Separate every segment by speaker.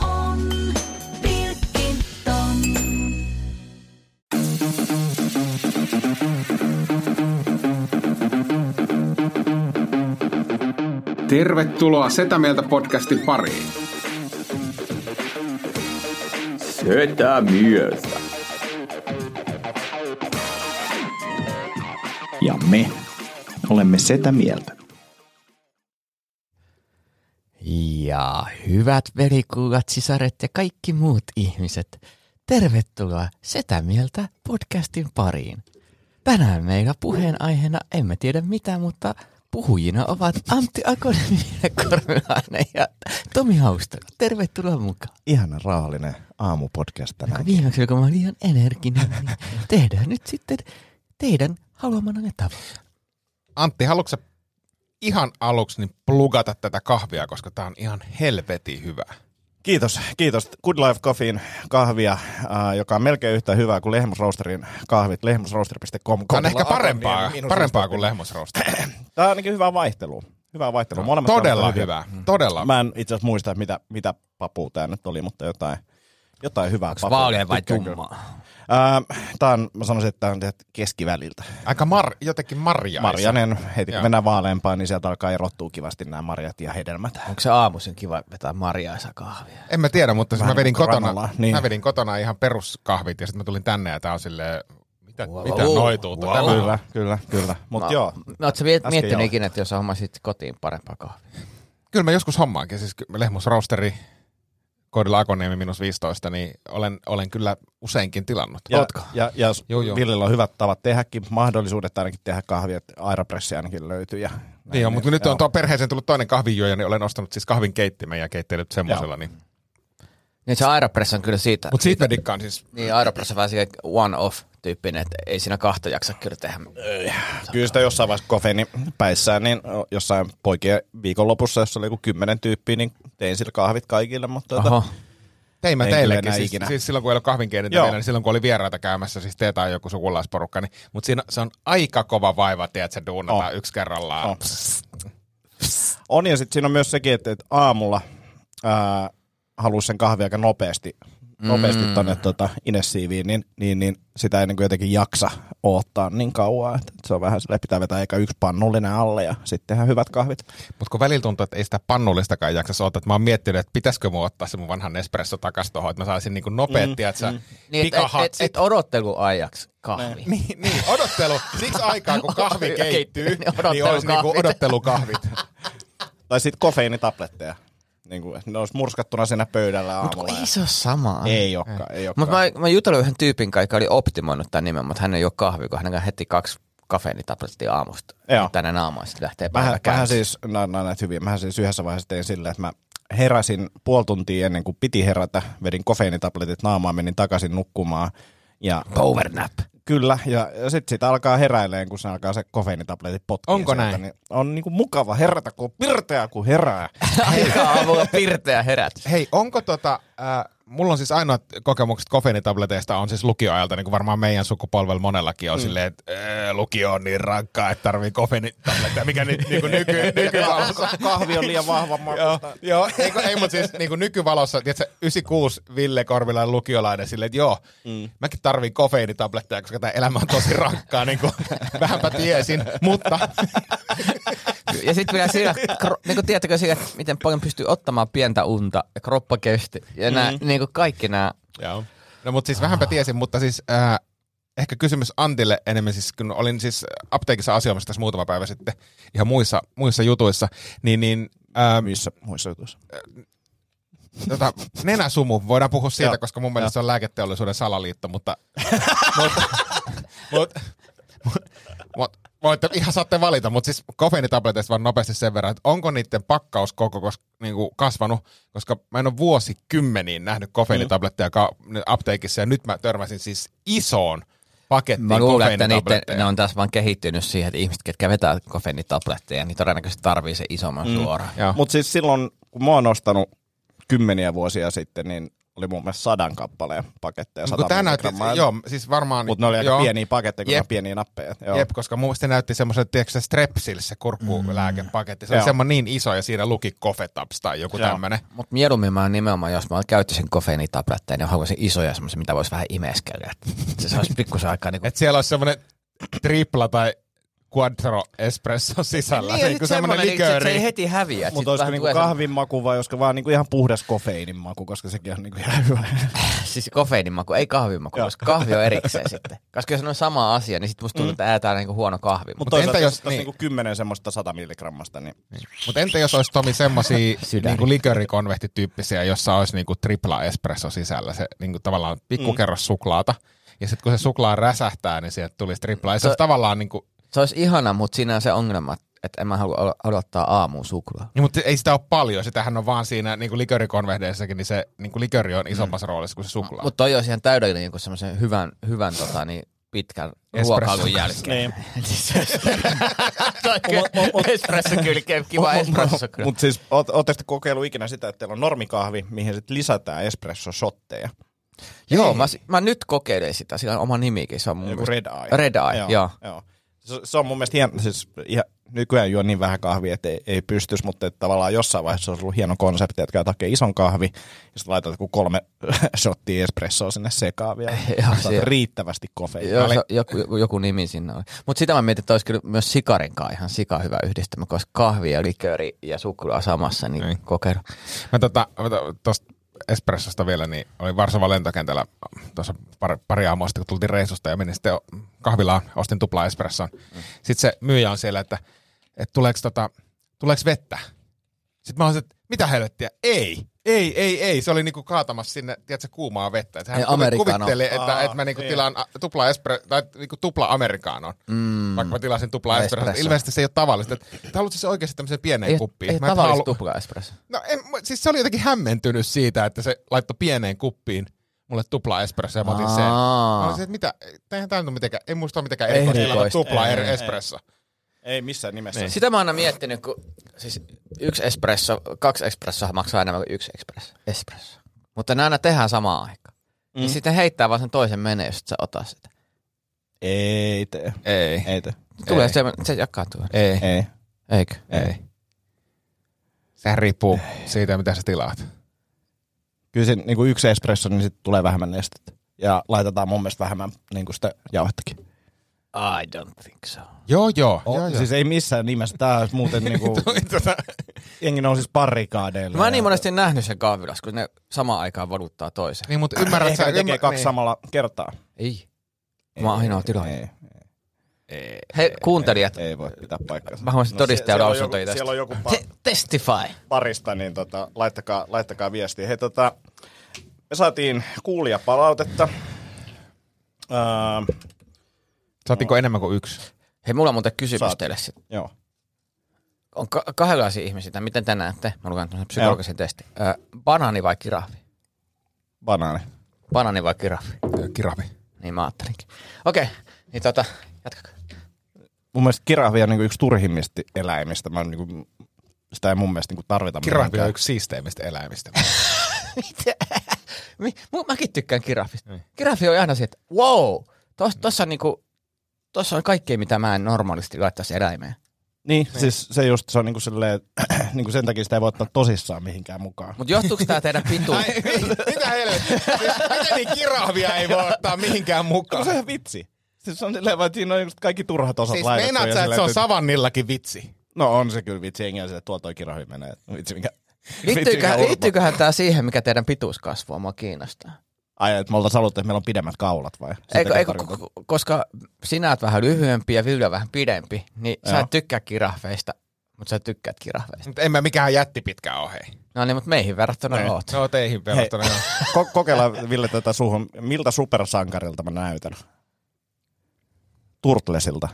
Speaker 1: on Pilkington.
Speaker 2: Tervetuloa Setä Mieltä podcastin pariin.
Speaker 3: Setä myötä.
Speaker 4: Ja me olemme sitä mieltä.
Speaker 5: Ja hyvät velikullat, sisaret ja kaikki muut ihmiset, tervetuloa Setä Mieltä podcastin pariin. Tänään meillä puheenaiheena emme tiedä mitä, mutta puhujina ovat Antti Akonen, Ville Korvelainen ja Tomi Haustola. Tervetuloa mukaan.
Speaker 6: ihana raaallinen aamupodcast tänään.
Speaker 5: Viimeksi, kun mä olin ihan energinen, niin tehdään nyt sitten teidän haluamanne tavalla.
Speaker 7: Antti, haluatko sä ihan aluksi niin plugata tätä kahvia, koska tää on ihan helvetin hyvä.
Speaker 6: Kiitos, kiitos. Good Life Coffeein kahvia, äh, joka on melkein yhtä hyvää kuin Lehmusroasterin kahvit, lehmusroaster.com.
Speaker 7: Tämä on ehkä
Speaker 6: Kodilla
Speaker 7: parempaa,
Speaker 6: Akonin miinus
Speaker 7: parempaa
Speaker 6: roaster.
Speaker 7: kuin lehmusrosta.
Speaker 6: Tämä on ainakin hyvää vaihtelua. Hyvää vaihtelua. Molemmat
Speaker 7: Todella
Speaker 6: ovat
Speaker 7: hyvä, todella.
Speaker 6: Mä en itse asiassa muista, mitä, mitä papua tämä nyt oli, mutta jotain, jotain hyvää Onks papua. Tykkään kyllä. Ähm, tää on, mä sanoisin, että tämä on tehty keskiväliltä.
Speaker 7: Aika mar, jotenkin marjaisa.
Speaker 6: Marjanen, heti kun
Speaker 7: Joo.
Speaker 6: mennään vaaleampaan, niin sieltä alkaa erottua kivasti nämä marjat ja hedelmät.
Speaker 5: Onko se aamuisin kiva vetää marjaisa kahvia?
Speaker 7: En mä tiedä, mutta siis mä
Speaker 6: Vähän
Speaker 7: vedin,
Speaker 6: kuin
Speaker 7: kotona,
Speaker 6: granola, niin.
Speaker 7: mä vedin kotona ihan peruskahvit ja sitten mä tulin tänne ja tää on silleen, mitä,
Speaker 5: Wow.
Speaker 7: mitä noituutta wow. tämä on.
Speaker 6: Kyllä, kyllä, kyllä. Mutta
Speaker 5: No,
Speaker 6: joo,
Speaker 5: No, ootko sä miet-
Speaker 6: Äsken
Speaker 5: miettinyt
Speaker 6: joo.
Speaker 5: ikinä, että jos hommasit kotiin parempaa kahvia?
Speaker 7: Kyllä mä joskus hommaankin, siis lehmusrosteri koodilla Akoniemi minus 15, niin olen, olen kyllä useinkin tilannut.
Speaker 6: Ja,
Speaker 7: Ootko?
Speaker 6: Ja, ja jos
Speaker 7: Joo, joo.
Speaker 6: Villillä on hyvät tavat tehdäkin, mahdollisuudet ainakin tehdä kahvia, että aeropressi ainakin löytyy. Ja näin,
Speaker 7: Niin on, mutta nyt on
Speaker 6: joo.
Speaker 7: tuo perheeseen tullut toinen kahvinjuoja, niin olen ostanut siis kahvin keittimen ja keittellyt semmoisella. Niin.
Speaker 5: Niin se Aeropress on kyllä siitä.
Speaker 7: Mutta siitä mä dikkaan siis.
Speaker 5: Niin, Aeropress on vähän silleen one-off tyyppinen, että ei siinä kahta jaksa kyllä tehdä.
Speaker 6: Öö, Kyllä sitä jossain vaiheessa kofeini päissään, niin jossain poikien viikonlopussa, jos oli joku kymmenen tyyppiä, niin tein sillä kahvit kaikille. Mutta tota,
Speaker 5: Oho.
Speaker 7: Tein mä
Speaker 6: En kyllä
Speaker 7: teillekin,
Speaker 6: enää
Speaker 7: siis,
Speaker 6: ikinä.
Speaker 7: siis, silloin kun ei ollut kahvinkeinintä
Speaker 6: Joo.
Speaker 7: vielä, niin silloin kun oli vieraita käymässä, siis te tai joku sukulaisporukka, niin, mutta siinä se on aika kova vaiva, tiedät sä, duunata
Speaker 6: On.
Speaker 7: yksi kerrallaan.
Speaker 6: On. on ja sitten siinä on myös sekin, että, että aamulla ää, halusi sen kahvia aika nopeasti, nopeasti mm. tuonne tota, inessiiviin, niin, niin, niin, sitä ei niin jotenkin jaksa odottaa niin kauan. Että se on vähän sille, pitää vetää eikä yksi pannullinen alle ja sitten tehdä hyvät kahvit.
Speaker 7: Mutta kun välillä tuntuu, että ei sitä pannullistakaan jaksa ottaa, että mä oon miettinyt, että pitäisikö mun ottaa se mun vanhan espresso takas tuohon, että mä saisin niinku nopeet, mm, tiedät sä, mm.
Speaker 5: Niin, et, et, et, et odotteluajaksi kahvi.
Speaker 7: Niin, niin, odottelu. Siksi aikaa, kun kahvi
Speaker 5: Oi,
Speaker 7: keittyy,
Speaker 5: niin
Speaker 7: niin olisi niinku
Speaker 5: odottelukahvit.
Speaker 7: odottelukahvit.
Speaker 6: Tai sitten kofeiinitabletteja. Niin kuin, ne olisi murskattuna siinä pöydällä
Speaker 5: Mut
Speaker 6: aamulla.
Speaker 5: kun ei se ole samaa.
Speaker 6: ei olekaan, ei
Speaker 5: Mutta
Speaker 6: olekaan.
Speaker 5: mä, mä juttelin yhden tyypin kanssa, joka oli optimoinut tämän nimen, mutta hän ei ole kahvi, kun hänellä on heti kaksi kafeinitablettia aamusta.
Speaker 6: Joo.
Speaker 5: Tänään aamuun sitten lähtee päivä
Speaker 6: Mähän, mähän
Speaker 5: käyntiin.
Speaker 6: siis, no, no näet hyvin, mähän siis yhdessä vaiheessa tein sillä, että mä heräsin puoli tuntia ennen kuin piti herätä, vedin kofeiinitabletit naamaan, menin takaisin nukkumaan. Ja
Speaker 5: Powernap.
Speaker 6: kyllä, ja, ja sitten sitä alkaa heräileen, kun se alkaa se kofeiinitabletit potkia.
Speaker 7: Onko
Speaker 6: sieltä,
Speaker 7: näin?
Speaker 6: Niin on niinku mukava herätä, kun on pirteä, kun herää.
Speaker 5: Aika aamulla pirteä herätys.
Speaker 7: Hei, onko tota, äh, mulla on siis ainoat kokemukset kofeiinitableteista on siis lukioajalta, niin kuin varmaan meidän sukupolvella monellakin on mm. silleen, että äh, lukio on niin rankkaa, että tarvii kofeiinitabletteja, mikä ni, niin kuin nyky, nykyvalossa.
Speaker 6: Kahvi on liian vahva
Speaker 7: Joo,
Speaker 6: makusta.
Speaker 7: joo, ei, kun- ei mutta siis niin kuin nykyvalossa, tiedätkö, 96 Ville Korvilainen lukiolainen silleen, että joo, mm. mäkin tarviin kofeiinitabletteja, koska tämä elämä on tosi rankkaa, niin kuin vähänpä tiesin, mutta
Speaker 5: Ja sitten vielä siinä, kro, niin kuin tiedättekö siinä, että miten paljon pystyy ottamaan pientä unta ja kroppa kesti. Ja nää, mm. niin kuin kaikki nämä.
Speaker 7: Joo. No mutta siis vähänpä tiesin, mutta siis äh, ehkä kysymys Antille enemmän, siis kun olin siis apteekissa asioimassa tässä muutama päivä sitten ihan muissa, muissa jutuissa, niin, niin ähm,
Speaker 6: Missä muissa jutuissa?
Speaker 7: tota, nenäsumu, voidaan puhua siitä,
Speaker 6: Joo.
Speaker 7: koska mun mielestä se on lääketeollisuuden salaliitto, mutta, mutta, mutta, mutta voitte, ihan saatte valita, mutta siis kofeiinitableteista vaan nopeasti sen verran, että onko niiden pakkauskoko kos, niin kuin kasvanut, koska mä en ole vuosikymmeniin nähnyt kofeiinitabletteja ka- apteekissa ja nyt mä törmäsin siis isoon pakettiin
Speaker 5: Mä luulen, niinku että niiden,
Speaker 7: kofeiinitabletteja.
Speaker 5: ne on taas vaan kehittynyt siihen, että ihmiset, ketkä vetää kofeiinitabletteja, niin todennäköisesti tarvii se isomman mm. suoraan.
Speaker 7: Joo.
Speaker 6: Mutta siis silloin, kun mä oon ostanut kymmeniä vuosia sitten, niin oli mun mielestä sadan kappaleen paketteja.
Speaker 7: Kun
Speaker 6: 100
Speaker 7: tää näytti,
Speaker 6: milligrammaa.
Speaker 7: joo, siis varmaan...
Speaker 6: Mutta ne oli aika
Speaker 7: joo,
Speaker 6: pieniä paketteja, kun ne
Speaker 7: Jep.
Speaker 6: on pieniä nappeja. Joo.
Speaker 7: Jep, koska mun mielestä se näytti semmoiselta, tiedätkö se Strepsil, se kurkkulääkepaketti. Se oli
Speaker 6: Mm. Joo.
Speaker 7: semmoinen niin iso ja siinä luki Kofetaps tai joku
Speaker 6: Joo.
Speaker 7: tämmöinen.
Speaker 5: Mutta mieluummin mä oon nimenomaan, jos mä käyttäisin kofeiinitabletteja, niin haluaisin isoja semmoisia, mitä voisi vähän imeskellä. Et Se saisi pikkusen aikaa niin
Speaker 7: Että siellä olisi semmoinen tripla tai quattro espresso sisällä.
Speaker 5: Niin,
Speaker 7: niin,
Speaker 5: ja
Speaker 7: kuin
Speaker 5: sit
Speaker 7: semmoinen
Speaker 5: semmoinen, niin se, se
Speaker 7: likööri.
Speaker 5: ei heti häviä.
Speaker 6: Mutta olisiko niinku kahvin maku vai olisiko vaan niinku ihan puhdas kofeiinin maku, koska sekin on niinku ihan hyvä.
Speaker 5: Se, siis kofeiinin maku, ei kahvin maku,
Speaker 6: Joo.
Speaker 5: koska kahvi on erikseen sitten. Koska jos ne on sama asia, niin sitten musta tuntuu, että äätään niinku huono kahvi.
Speaker 6: Mutta
Speaker 7: Mut entä
Speaker 6: toisaalta
Speaker 7: jos-
Speaker 6: jos tässä
Speaker 7: niin.
Speaker 6: niinku kymmenen semmoista 100 milligrammasta, niin
Speaker 7: Mutta entä jos olisi Tomi semmosia
Speaker 5: Sydän.
Speaker 7: niinku liköörikonvehtityyppisiä, jossa olisi niinku tripla espresso sisällä, se niinku tavallaan pikkukerros
Speaker 6: Mm.
Speaker 7: suklaata. Ja sitten kun se suklaa räsähtää, niin sieltä tulisi tripla. Ja se olisi tavallaan niinku,
Speaker 5: Se olisi ihana, mutta siinä on se ongelma, että en mä halua o- odottaa aamuun suklaa.
Speaker 7: niin, mutta ei sitä ole paljon. Sitähän on vaan siinä niinku liköörikonvehdeissäkin, niin se niinku likööri on
Speaker 5: Mm.
Speaker 7: isommassa roolissa kuin se suklaa.
Speaker 5: Mutta toi olisi ihan täydellinen joku semmoisen hyvän, hyvän tota, niin pitkän
Speaker 7: Espresso.
Speaker 5: ruokailun jälkeen.
Speaker 7: Niin.
Speaker 5: Siis se olisi- espresso kylkeen, kiva espresso kyllä.
Speaker 6: Mutta siis oot- ootteko te kokeillut ikinä sitä, että teillä on normikahvi, mihin sit lisätään espressosotteja?
Speaker 5: Joo, mä, mä, nyt kokeilen sitä, sillä on oma nimikin, se on mun
Speaker 6: Joku
Speaker 5: mielestä-
Speaker 6: red eye.
Speaker 5: Red eye, joo.
Speaker 6: joo. Se, se on mun mielestä hieno, siis ihan, nykyään juo niin vähän kahvia, että ei, ei pystys, mutta että tavallaan jossain vaiheessa olisi ollut hieno konsepti, että käyt hakee ison kahvi, ja sitten laitat joku kolme shottia espressoa sinne sekaan vielä.
Speaker 5: Joo,
Speaker 6: Saat
Speaker 5: se-
Speaker 6: riittävästi kofeiinia.
Speaker 5: Joo, se, joku, joku, joku nimi sinne on. Mutta sitä mä mietin, että olisi kyllä myös sikarin kanssa ihan sika hyvä yhdistelmä, koska kahvi ja likööri ja suklaa samassa, niin
Speaker 7: Niin.
Speaker 5: kokeilu.
Speaker 7: Mä tota, mä to- tosta espressosta vielä, niin oli Varsovan lentokentällä tuossa pari, pari aamua sitten, kun tultiin reisusta ja menin sitten kahvilaan, ostin tupla espresson. Mm. Sitten se myyjä on siellä, että, että tuleeko, tota, tuleeko vettä? Sitten mä olisin, että mitä helvettiä? Ei, ei, ei, ei. Se oli niinku kaatamassa sinne, tiedätkö, kuumaa vettä. Että hän
Speaker 5: Ei,
Speaker 7: kuvi-
Speaker 5: americano.
Speaker 7: kuvitteli, että,
Speaker 6: Aa,
Speaker 7: että mä niinku
Speaker 6: ei.
Speaker 7: tilaan a- tupla, espre, tai niinku tupla amerikanon. Mm. Vaikka mä tilasin tupla espresso.
Speaker 5: Espresso.
Speaker 7: Ilmeisesti se ei ole tavallista. Että, että haluatko se oikeasti siis tämmöiseen pieneen
Speaker 5: Ei,
Speaker 7: kuppiin?
Speaker 5: ei
Speaker 7: Mä en
Speaker 5: tavallista
Speaker 7: halu-
Speaker 5: tupla espresso.
Speaker 7: No en, mä- siis se oli jotenkin hämmentynyt siitä, että se laittoi pieneen kuppiin mulle tupla espresso ja mä otin sen.
Speaker 5: Aa.
Speaker 7: Mä olisin, että mitä, eihän tää nyt ole mitenkään, ei muista ole mitenkään
Speaker 5: Ei
Speaker 7: erikoista, että
Speaker 5: erikoista.
Speaker 7: tupla
Speaker 6: Ei,
Speaker 7: eri
Speaker 6: ei, ei.
Speaker 7: espresso.
Speaker 6: Ei missään nimessä.
Speaker 5: Niin. Sitä mä oon aina miettinyt, kun siis yksi espresso, kaksi espressoa maksaa enemmän kuin yksi espresso. espresso. Mutta ne aina tehdään samaan aikaan. Mm. Ja sitten heittää vaan sen toisen menee, jos et sä ota sitä.
Speaker 6: Ei tee.
Speaker 5: Ei.
Speaker 6: Ei tee.
Speaker 5: Tulee
Speaker 7: Ei.
Speaker 5: se, se jakaantuu.
Speaker 7: Ei,
Speaker 6: Ei.
Speaker 5: Eikö?
Speaker 6: Ei.
Speaker 7: sehän riippuu siitä, mitä sä tilaat.
Speaker 6: Kyllä se niin kuin yksi espresso, niin sitten tulee vähemmän nestettä. Ja laitetaan mun mielestä vähemmän niin kuin sitä jauhettakin.
Speaker 5: I don't think so.
Speaker 7: Joo, joo,
Speaker 6: Oh,
Speaker 7: joo, joo.
Speaker 6: siis ei missään nimessä. Tää olisi muuten niin kuin,
Speaker 7: Tuli tota,
Speaker 6: jengi on siis parikaadeilla.
Speaker 5: No, mä oon niin monesti nähnyt sen kahvilassa, kun ne samaan aikaan valuttaa toisen.
Speaker 7: niin, mutta ymmärrät
Speaker 6: Ehkä
Speaker 7: sä,
Speaker 6: ne tekee
Speaker 7: ymmär-
Speaker 6: kaksi
Speaker 7: niin.
Speaker 6: samalla kertaa.
Speaker 5: Ei. Mä oon ainoa tilanne.
Speaker 6: Ei,
Speaker 5: Hei, kuuntelijat,
Speaker 6: ei voi pitää paikkaansa. No
Speaker 5: Mä haluaisin todistaa
Speaker 6: siellä on
Speaker 5: lausuntoja
Speaker 6: joku-
Speaker 5: tästä.
Speaker 6: Siellä on joku
Speaker 5: te-
Speaker 6: pa-
Speaker 5: testify.
Speaker 6: parista, niin tota, laittakaa, laittakaa viestiä. Hei, tota, me saatiin kuulijapalautetta. Öö,
Speaker 7: Saatiinko enemmän kuin yksi?
Speaker 5: Hei, mulla on muuten kysymys
Speaker 6: Saat.
Speaker 5: teille. sit.
Speaker 6: joo.
Speaker 5: On ka- kahdenlaisia ihmisiä, tai miten tänään te? Mä lukan tämmöisen psykologisen testin. Ö, banaani vai kirahvi?
Speaker 6: Banaani.
Speaker 5: Banaani vai kirahvi?
Speaker 7: Kiravi.
Speaker 5: Niin mä ajattelinkin. Okei, niin tota, jatkakaa.
Speaker 6: Mun mielestä kirahvi on niin yksi turhimmista eläimistä. Mä niin kuin, sitä ei mun mielestä niin tarvita.
Speaker 7: Kiravi on
Speaker 6: mihinkään.
Speaker 7: yksi siisteimmistä eläimistä.
Speaker 5: Mi- mu- mäkin tykkään kirahvista. Kirahvi on aina se, että wow, tos, tossa on niinku, tossa on kaikkea, mitä mä en normaalisti laittaisi eläimeen.
Speaker 6: Niin, niin, siis se just, se on niin kuin silleen, niin kuin sen takia sitä ei voi ottaa tosissaan mihinkään mukaan.
Speaker 5: Mutta johtuuko tää teidän pituus?
Speaker 7: Ai, mitä helvettiä? Siis, miten niin kiravia ei voi ottaa mihinkään mukaan?
Speaker 6: No se on ihan vitsi. Siis se on silleen, vaan, että siinä on just kaikki turhat osat
Speaker 7: Siis
Speaker 6: laitettu
Speaker 7: meinaat
Speaker 6: ja
Speaker 7: sä, että
Speaker 6: silleen,
Speaker 7: se on savannillakin vitsi?
Speaker 6: No on se kyllä vitsi, jengi on silleen, että tuolla toi kirahvi menee. että Vitsi, mikä... vitsi, mikä
Speaker 5: Liittyyköhän,
Speaker 6: urpo.
Speaker 5: liittyyköhän tää siihen, mikä teidän pituus kasvua mua kiinnostaa?
Speaker 6: Ai, että me oltaisiin haluttu, että meillä on pidemmät kaulat vai? Sitäkö
Speaker 5: Eikö, eikö,
Speaker 6: tarkoitat?
Speaker 5: ko- koska sinä oot vähän lyhyempi ja Ville on vähän pidempi, niin Joo. sä et
Speaker 6: Joo.
Speaker 5: tykkää kirahveista, mutta sä tykkäät kirahveista.
Speaker 7: Mutta en mä mikään jätti pitkään ole, hei.
Speaker 5: No niin, mutta meihin verrattuna
Speaker 6: Niin.
Speaker 5: oot.
Speaker 7: No teihin verrattuna. joo.
Speaker 6: Ko- kokeillaan Ville tätä suuhun. Miltä supersankarilta mä näytän? Turtlesilta.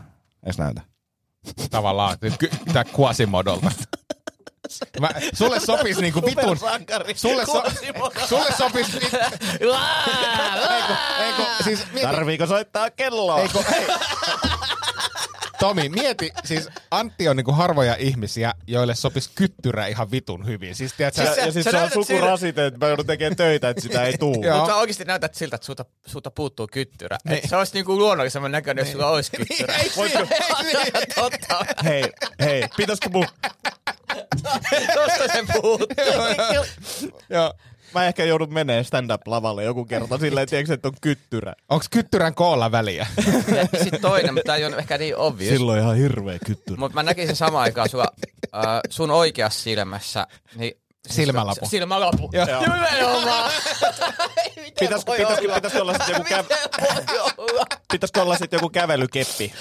Speaker 6: Eiks näytä?
Speaker 7: Tavallaan. Nyt ky- tää Quasimodolta. Mä, sulle sopis niinku vitun...
Speaker 5: Supersankari.
Speaker 7: Sulle, so, sulle sopis... vi- Eiku, eiku, siis mieti,
Speaker 6: Tarviiko soittaa kelloa?
Speaker 7: Ei kun, ei. Tomi, mieti, siis Antti on niinku harvoja ihmisiä, joille sopisi kyttyrä ihan vitun hyvin. Siis, tiedät, sä,
Speaker 5: Siis
Speaker 6: ja,
Speaker 5: sä-
Speaker 6: ja siis
Speaker 5: sä
Speaker 6: se on
Speaker 5: näytät
Speaker 6: sukurasite, että mä joudun tekemään töitä, että sitä ei tuu.
Speaker 7: Joo.
Speaker 5: Mutta sä oikeasti näytät siltä, että sulta, sulta puuttuu kyttyrä. Et se olisi niinku luonnollisemman näköinen, jos sulla olisi kyttyrä. Ei, ei, totta.
Speaker 6: Hei, hei, pitäisikö mun...
Speaker 5: Tosta se puuttuu.
Speaker 6: Joo. Mä ehkä joudun menee stand-up-lavalle joku kerta silleen, tiedätkö, että on kyttyrä.
Speaker 7: Onko kyttyrän koolla väliä?
Speaker 5: Sitten toinen, mutta tämä ei ole ehkä niin obvious.
Speaker 6: Silloin ihan hirveä kyttyrä.
Speaker 5: Mutta mä näkisin samaan aikaan sulla, äh, sun oikeassa silmässä. Niin,
Speaker 7: Silmälapu.
Speaker 5: Silmälapu.
Speaker 7: Joo.
Speaker 5: Nimenomaan. Miten
Speaker 6: Pitäisikö,
Speaker 5: voi
Speaker 6: pitäisikö,
Speaker 5: olla?
Speaker 6: pitäisikö, olla sitten joku, kä...
Speaker 5: Miten voi olla?
Speaker 6: pitäisikö olla sit joku kävelykeppi?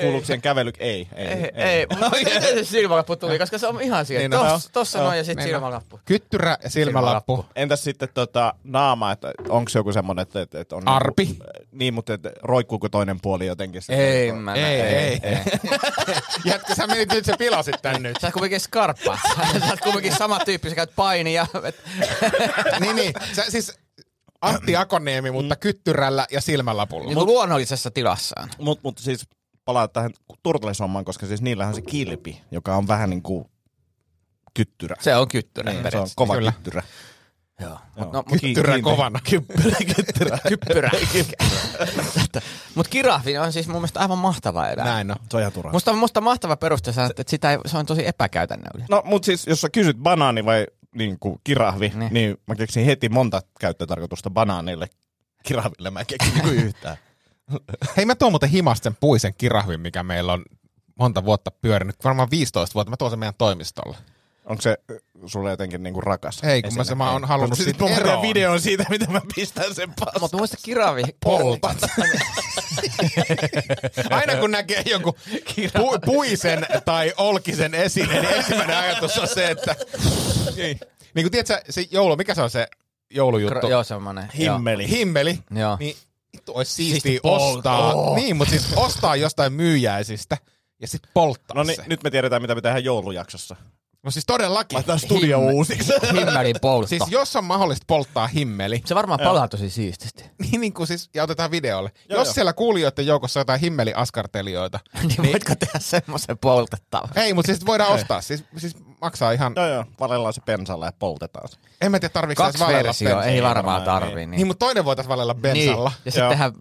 Speaker 6: Kuuluuko siihen kävely... Ei,
Speaker 5: Ei,
Speaker 6: ei, ei.
Speaker 5: ei. mutta miten se silmälappu tuli, koska se on ihan siellä.
Speaker 7: Niin,
Speaker 5: Niin,
Speaker 7: no,
Speaker 5: Tos, tossa
Speaker 6: joo,
Speaker 5: noin ja sitten
Speaker 7: niin, no.
Speaker 5: silmälappu.
Speaker 7: Kyttyrä ja silmälappu.
Speaker 5: Silmälappu.
Speaker 6: Entäs sitten tota, naama, että onko joku semmoinen, että, että että on... niinku-
Speaker 7: Arpi.
Speaker 6: Niin, mutta että roikkuuko toinen puoli jotenkin? se-
Speaker 5: Ei, mä
Speaker 7: Ei,
Speaker 5: näen.
Speaker 7: ei, ei. Jätkä, sä menit nyt, sä pilasit tän nyt.
Speaker 5: Sä oot kuitenkin skarppa. Sä oot kuitenkin sama tyyppi, sä käyt painia.
Speaker 7: niin, niin. Sä, siis Antti Akoniemi, mutta kyttyrällä ja silmälapulla.
Speaker 5: Niin luonnollisessa tilassaan.
Speaker 6: Mut, mut siis palaa tähän turtleshommaan, koska siis niillähän on se kilpi, joka on vähän niin kuin kyttyrä.
Speaker 5: Se on kyttyrä
Speaker 6: Niin, se on
Speaker 5: periaatteessa.
Speaker 6: kova
Speaker 7: Kyllä.
Speaker 6: Kyllä. kyttyrä.
Speaker 5: Joo.
Speaker 6: Joo.
Speaker 5: Mut, no, mut,
Speaker 6: Ky-
Speaker 7: Kyttyrä
Speaker 6: kiinni.
Speaker 7: kovana.
Speaker 6: kyttyrä.
Speaker 5: kyppyrä. mut kirahvi on siis mun mielestä aivan mahtava eläin.
Speaker 7: Näin on.
Speaker 6: Se on ihan turha.
Speaker 5: Musta, musta mahtava peruste sanoa, että sitä ei, se on tosi epäkäytännöllinen.
Speaker 6: No, mut siis jos sä kysyt banaani vai niin kuin kirahvi,
Speaker 5: Niin.
Speaker 6: niin. niin mä keksin heti monta käyttötarkoitusta banaanille. Kirahville mä en keksin niinku yhtään.
Speaker 7: Hei, mä tuon muuten himasten puisen kirahvin, mikä meillä on monta vuotta pyörinyt. Varmaan 15 vuotta. Mä tuon sen meidän toimistolle.
Speaker 6: Onko se ö, sulle jotenkin niinku rakas?
Speaker 7: Ei, kun mä se- mä oon halunnut siitä
Speaker 6: Sitten siis mä
Speaker 7: eroon.
Speaker 6: videon siitä, mitä mä pistän sen paskaan.
Speaker 5: Mutta muista kirahvi.
Speaker 7: poltat. Aina kun näkee jonkun pu- puisen tai olkisen esine, niin ensimmäinen ajatus on se, että... Niin, niin kuin tiedätkö, se joulu, mikä se on se joulujuttu?
Speaker 5: Kra- joo, semmonen. joo.
Speaker 6: Himmeli.
Speaker 7: Himmeli.
Speaker 5: Joo.
Speaker 7: Niin vittu olisi siistiä
Speaker 5: Ah. Siisti polta.
Speaker 7: ostaa.
Speaker 5: Oo.
Speaker 7: Niin, mutta siis ostaa jostain myyjäisistä ja sitten polttaa
Speaker 6: No
Speaker 7: se.
Speaker 6: niin, nyt me tiedetään, mitä me tehdään joulujaksossa.
Speaker 7: No siis todellakin.
Speaker 6: Laitetaan studio
Speaker 5: Himme-
Speaker 6: uusiksi.
Speaker 5: Himmelin poltto.
Speaker 7: Siis jos on mahdollista polttaa himmeli,
Speaker 5: Se varmaan palaa tosi siististi.
Speaker 7: niin, niin kuin siis, ja otetaan videolle.
Speaker 6: Joo,
Speaker 7: jos
Speaker 6: joo.
Speaker 7: siellä kuulijoiden joukossa on jotain himmeliaskartelijoita,
Speaker 5: niin voitko tehdä semmoisen poltettavan?
Speaker 7: Ei, mutta siis voidaan ostaa. Siis, siis maksaa ihan... No.
Speaker 6: Joo, joo. Valellaan se pensalle ja poltetaan se.
Speaker 7: En mä tiedä, tarviiko edes
Speaker 5: Kaksi
Speaker 7: valella
Speaker 5: versiota,
Speaker 7: bensalla.
Speaker 5: ei varmaan
Speaker 6: varmaan,
Speaker 5: tarvii.
Speaker 7: Niin, mutta toinen voitaisiin valella bensalla.
Speaker 5: Niin. Ja sitten
Speaker 6: Joo.
Speaker 5: tehdään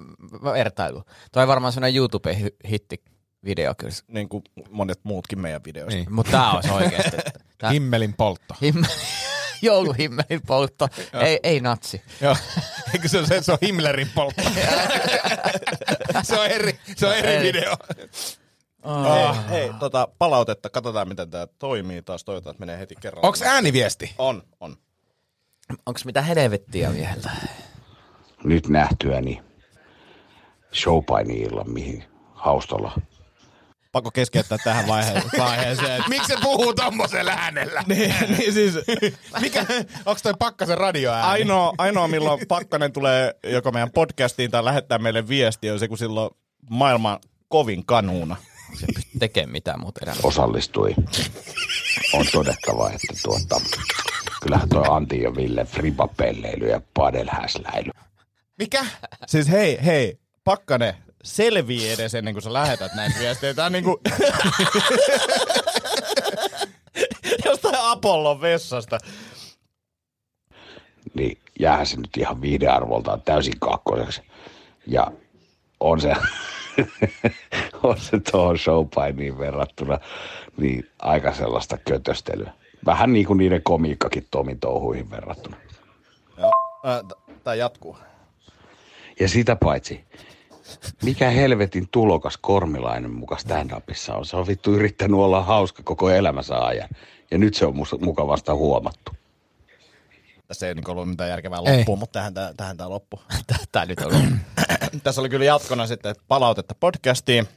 Speaker 5: vertailu. Toi on varmaan sellainen YouTube-hitti-video kyllä.
Speaker 6: Niin kuin monet muutkin meidän videoista.
Speaker 7: Niin.
Speaker 6: Niin.
Speaker 5: Mutta tää olisi oikeasti. Tää...
Speaker 7: Niin. Himmelin poltto.
Speaker 5: Himmeli. Jouluhimmelin poltto. ei, ei natsi.
Speaker 7: Joo. Eikö se, ole se, se on Himmlerin poltto? se on eri, se on eri
Speaker 5: Ei.
Speaker 7: video.
Speaker 6: Oh. Hei, hei, tota, palautetta. Katsotaan, miten tämä toimii taas. Toivotaan, että menee heti kerran.
Speaker 7: Onks ääniviesti?
Speaker 6: On, on.
Speaker 5: Onko mitä helvettiä mieheltä?
Speaker 8: nyt nähtyäni showpaini illan mihin haustalla
Speaker 6: Pakko keskeyttää tähän vaiheeseen. vaiheeseen.
Speaker 7: Miksi se puhuu tommosella äänellä? niin, niin siis... Mikä, onks toi pakkasen radioääni?
Speaker 6: Ainoa, ainoa, milloin Pakkanen tulee joko meidän podcastiin tai lähettää meille viestiä, on se, kun silloin maailman kovin kanuuna.
Speaker 5: Se ei pysty tekemään mitään muuta enää.
Speaker 8: osallistui. On todettava, että tuota, kyllähän tuo Antti ja Ville fribapelleily ja padelhäsläily.
Speaker 7: Mikä?
Speaker 6: Siis hei, hei, Pakkanen, selvii edes ennen kuin sä lähetät näitä viestejä. Tää on niinku... Jostain Apollon vessasta.
Speaker 8: Niin jäähän se nyt ihan viihdearvoltaan täysin kakkoseksi. Ja on se, on se tuohon showpainiin verrattuna niin aika sellaista kötöstelyä. Vähän niin kuin niiden komiikkakin Tomin touhuihin verrattuna.
Speaker 6: Ää, t- Tää jatkuu.
Speaker 8: Ja sitä paitsi, mikä helvetin tulokas Kormilainen muka stand-upissa on? Se on vittu yrittänyt olla hauska koko elämänsä ajan. Ja nyt se on mus- muka vasta huomattu.
Speaker 6: Tässä ei niinku ollut mitään järkevää
Speaker 7: Ei.
Speaker 6: loppua, mutta tähän, tää- tähän tämä loppu.
Speaker 5: Tää nyt on.
Speaker 6: Tässä oli kyllä jatkona sitten että palautetta podcastiin.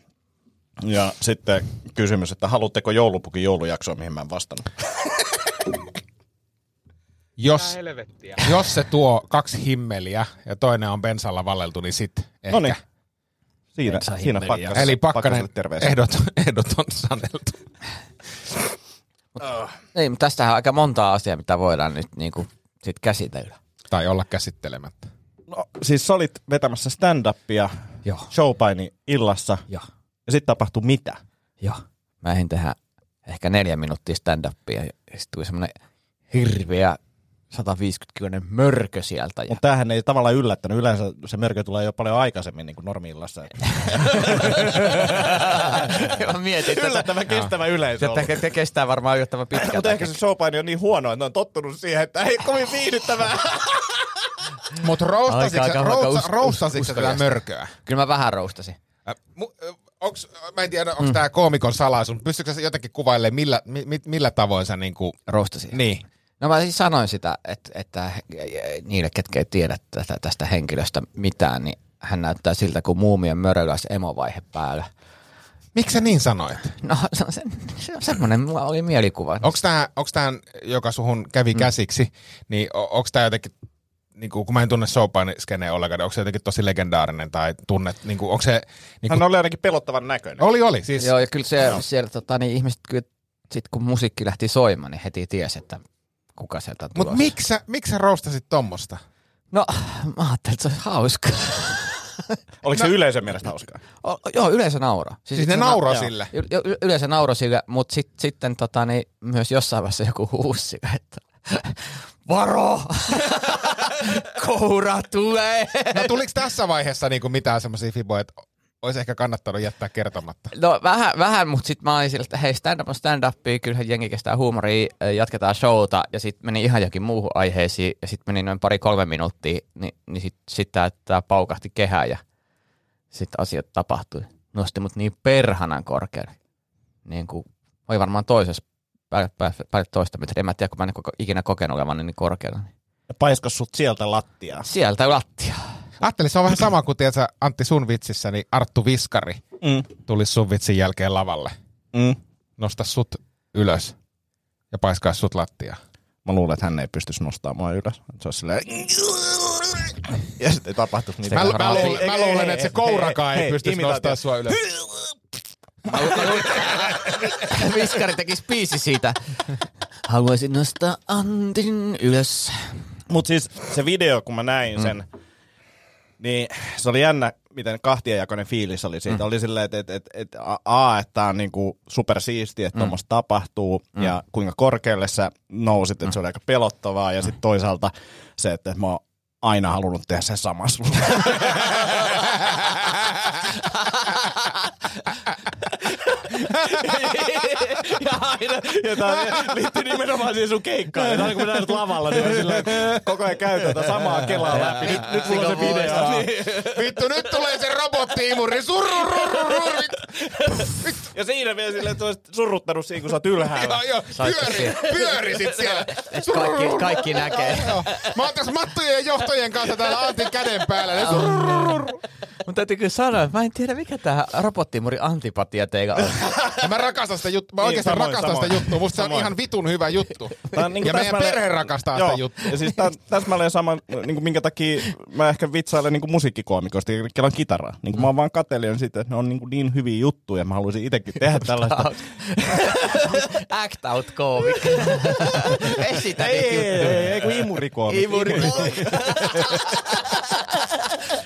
Speaker 6: Ja sitten kysymys, että haluatteko joulupukin joulujaksoa, mihin mä en vastannut.
Speaker 7: Jos, jos se tuo kaksi himmeliä ja toinen on bensalla valeltu, niin sit ehkä.
Speaker 6: No niin. Siinä, siinä pakkas,
Speaker 7: Eli pakkanen
Speaker 6: terveisiä.
Speaker 7: ehdoton, ehdoton saneltu.
Speaker 5: Mut, Ei, mutta tästähän on aika montaa asiaa, mitä voidaan nyt niin kuin, sit käsitellä.
Speaker 7: Tai olla käsittelemättä.
Speaker 6: No, siis sä olit vetämässä stand-upia
Speaker 5: Joo.
Speaker 6: showpaini illassa.
Speaker 5: Joo.
Speaker 6: Ja sitten tapahtui mitä?
Speaker 5: Joo. Mä ehdin tehdä ehkä neljä minuuttia stand-upia ja sitten tuli semmoinen hirveä 150 mörkö sieltä. Ja...
Speaker 6: Mutta tämähän ei tavallaan yllättänyt. Yleensä se mörkö tulee jo paljon aikaisemmin niin kuin normi-illassa.
Speaker 5: Mä mietin, että
Speaker 6: Yllättävän kestävä yleisö
Speaker 5: Tätä
Speaker 6: ollut.
Speaker 5: te, te kestää varmaan yllättävän pitkään.
Speaker 6: Mutta ehkä se showpaini on niin huono, että ne on tottunut siihen, että ei kovin viihdyttävää.
Speaker 7: Niin. Mutta
Speaker 5: Alkaa- alkaa- alkaa us-
Speaker 7: roustasitko
Speaker 5: us-
Speaker 7: tätä
Speaker 5: uskalasta.
Speaker 7: mörköä?
Speaker 5: Kyllä mä vähän roustasin.
Speaker 7: Äh, mu- äh, Onks, mä en tiedä, onko mm. tämä koomikon salaisuus, mutta pystytkö sä jotenkin kuvailemaan, millä, mi, mi- millä tavoin sä niinku...
Speaker 5: Roustasin.
Speaker 7: Niin.
Speaker 5: No mä siis sanoin sitä, että, että niille, ketkä ei tiedä tästä, tästä henkilöstä mitään, niin hän näyttää siltä kuin muumien möröläis emovaihe päällä.
Speaker 7: Miksi sä niin sanoit?
Speaker 5: No se, on se, se on semmoinen, mulla oli mielikuva.
Speaker 7: Onko tämä, onks tää, joka suhun kävi mm. käsiksi, niin onko tämä jotenkin, niinku, kun mä en tunne showpain skeneä ollenkaan, onko se jotenkin tosi legendaarinen tai tunnet, niinku, onko se... Niinku,
Speaker 6: Hän oli ainakin pelottavan näköinen.
Speaker 7: oli, oli, siis
Speaker 5: Joo, ja kyllä se, siellä tota, niin ihmiset, kyllä, sit kun musiikki lähti soimaan, niin heti tiesi, että kuka sieltä on
Speaker 7: Mutta
Speaker 5: tulossa.
Speaker 7: miksi sä, miksi sä roustasit tommosta?
Speaker 5: No, mä ajattelin, että se olisi hauska.
Speaker 6: Oliko
Speaker 7: No-
Speaker 6: se yleisön mielestä hauskaa?
Speaker 5: O, joo, yleensä nauraa.
Speaker 7: Siis ne
Speaker 5: se-
Speaker 7: nauraa
Speaker 6: joo.
Speaker 7: sille.
Speaker 5: Y- y- yleensä nauro sille, mutta sit, sitten tota, niin myös jossain vaiheessa joku huusi sille, että varo, koura tulee.
Speaker 7: No tuliko tässä vaiheessa niinku mitään semmoisia fiboja, että olisi ehkä kannattanut jättää kertomatta?
Speaker 5: No vähän, vähän mutta sitten mä olin sillä, että hei stand-up on stand-upia, kyllähän jengi kestää huumoria, äh, jatketaan showta ja sitten meni ihan jokin muuhun aiheisiin ja sitten meni noin pari-kolme minuuttia, niin, niin sitten sit tämä paukahti kehään ja sitten asiat tapahtui. Nosti mut niin perhanan korkealle. Niin kuin, oli varmaan toisessa päälle, päälle, päälle toista metriä. En mä tiedä, kun mä en ole koko- ikinä kokenut olevan niin korkealla.
Speaker 6: Paiskas sut sieltä lattiaa.
Speaker 5: Sieltä lattia.
Speaker 7: Ajattelin, se on vähän sama kuin tiedätkö, Antti sun vitsissä, niin Arttu Viskari
Speaker 6: Mm.
Speaker 7: tuli sun vitsin jälkeen lavalle.
Speaker 6: Mm.
Speaker 7: Nosta sut ylös ja paiskaa sut lattia.
Speaker 6: Mä luulen, että hän ei pystyisi nostamaan mua ylös. Se olisi silleen... Ja sitten ei tapahtuisi
Speaker 7: Mä,
Speaker 6: mitään.
Speaker 5: Eikä
Speaker 7: mä,
Speaker 5: varmaan-
Speaker 7: luulen, mä luulen, että se kourakaan ei
Speaker 6: hei,
Speaker 7: pystyisi
Speaker 6: imitaatio.
Speaker 7: nostamaan sua ylös.
Speaker 5: Viskari tekisi biisi siitä. Haluaisin nostaa Antin ylös.
Speaker 6: Mutta siis se video, kun mä näin sen, mm. niin se oli jännä, miten kahtiajakoinen fiilis oli siitä. Mm. Oli silleen, että et, et, et, a- a, että tää on niinku supersiistiä, että mm. tuommoista tapahtuu, mm. ja kuinka korkealle sä nousit, että se oli aika pelottavaa, ja sitten toisaalta se, että mä oon aina halunnut tehdä sen samassa. ja aina, ja tämä liittyy nimenomaan siihen sun keikkaan. Ja aina kun mä näen sut lavalla, niin mä silleen, koko ajan käyn tätä samaa kelaa läpi. Nyt, nyt mulla on se video.
Speaker 7: Vittu, nyt tulee se robottiimuri.
Speaker 6: Ja siinä vielä silleen, että olisit surruttanut siinä, kun sä oot ylhäällä.
Speaker 7: Joo, joo, pyöri, pyörisit siellä.
Speaker 5: Kaikki, kaikki näkee.
Speaker 7: Joo. Mä oon tässä mattojen ja johtojen kanssa täällä Antin käden päällä. Ne
Speaker 5: Mutta täytyy kyllä sanoa, että mä en tiedä mikä tämä robottimuri antipatia teillä on.
Speaker 7: Ja mä rakastan sitä juttua. Mä
Speaker 6: Niin,
Speaker 7: oikeastaan
Speaker 6: samoin,
Speaker 7: rakastan
Speaker 6: samoin.
Speaker 7: sitä juttua. Musta se on
Speaker 6: Samoin.
Speaker 7: ihan vitun hyvä juttu.
Speaker 6: Tää on niinku
Speaker 7: ja meidän
Speaker 6: täsmälleen-
Speaker 7: perhe rakastaa
Speaker 6: Joo.
Speaker 7: sitä juttua.
Speaker 6: Ja siis tää on täsmälleen sama, niin kuin minkä takia mä ehkä vitsailen niin kuin musiikkikoomikosta, kello on kitaraa. Niin kuin mä oon vaan katelijan siitä, että ne on niin, kuin niin hyviä juttuja, mä haluaisin itsekin tehdä tällaista.
Speaker 5: Act out koomik. Esitä
Speaker 6: ei,
Speaker 5: niitä
Speaker 6: ei, ei,
Speaker 5: juttuja.
Speaker 6: ei, ei, kun imurikoomikko.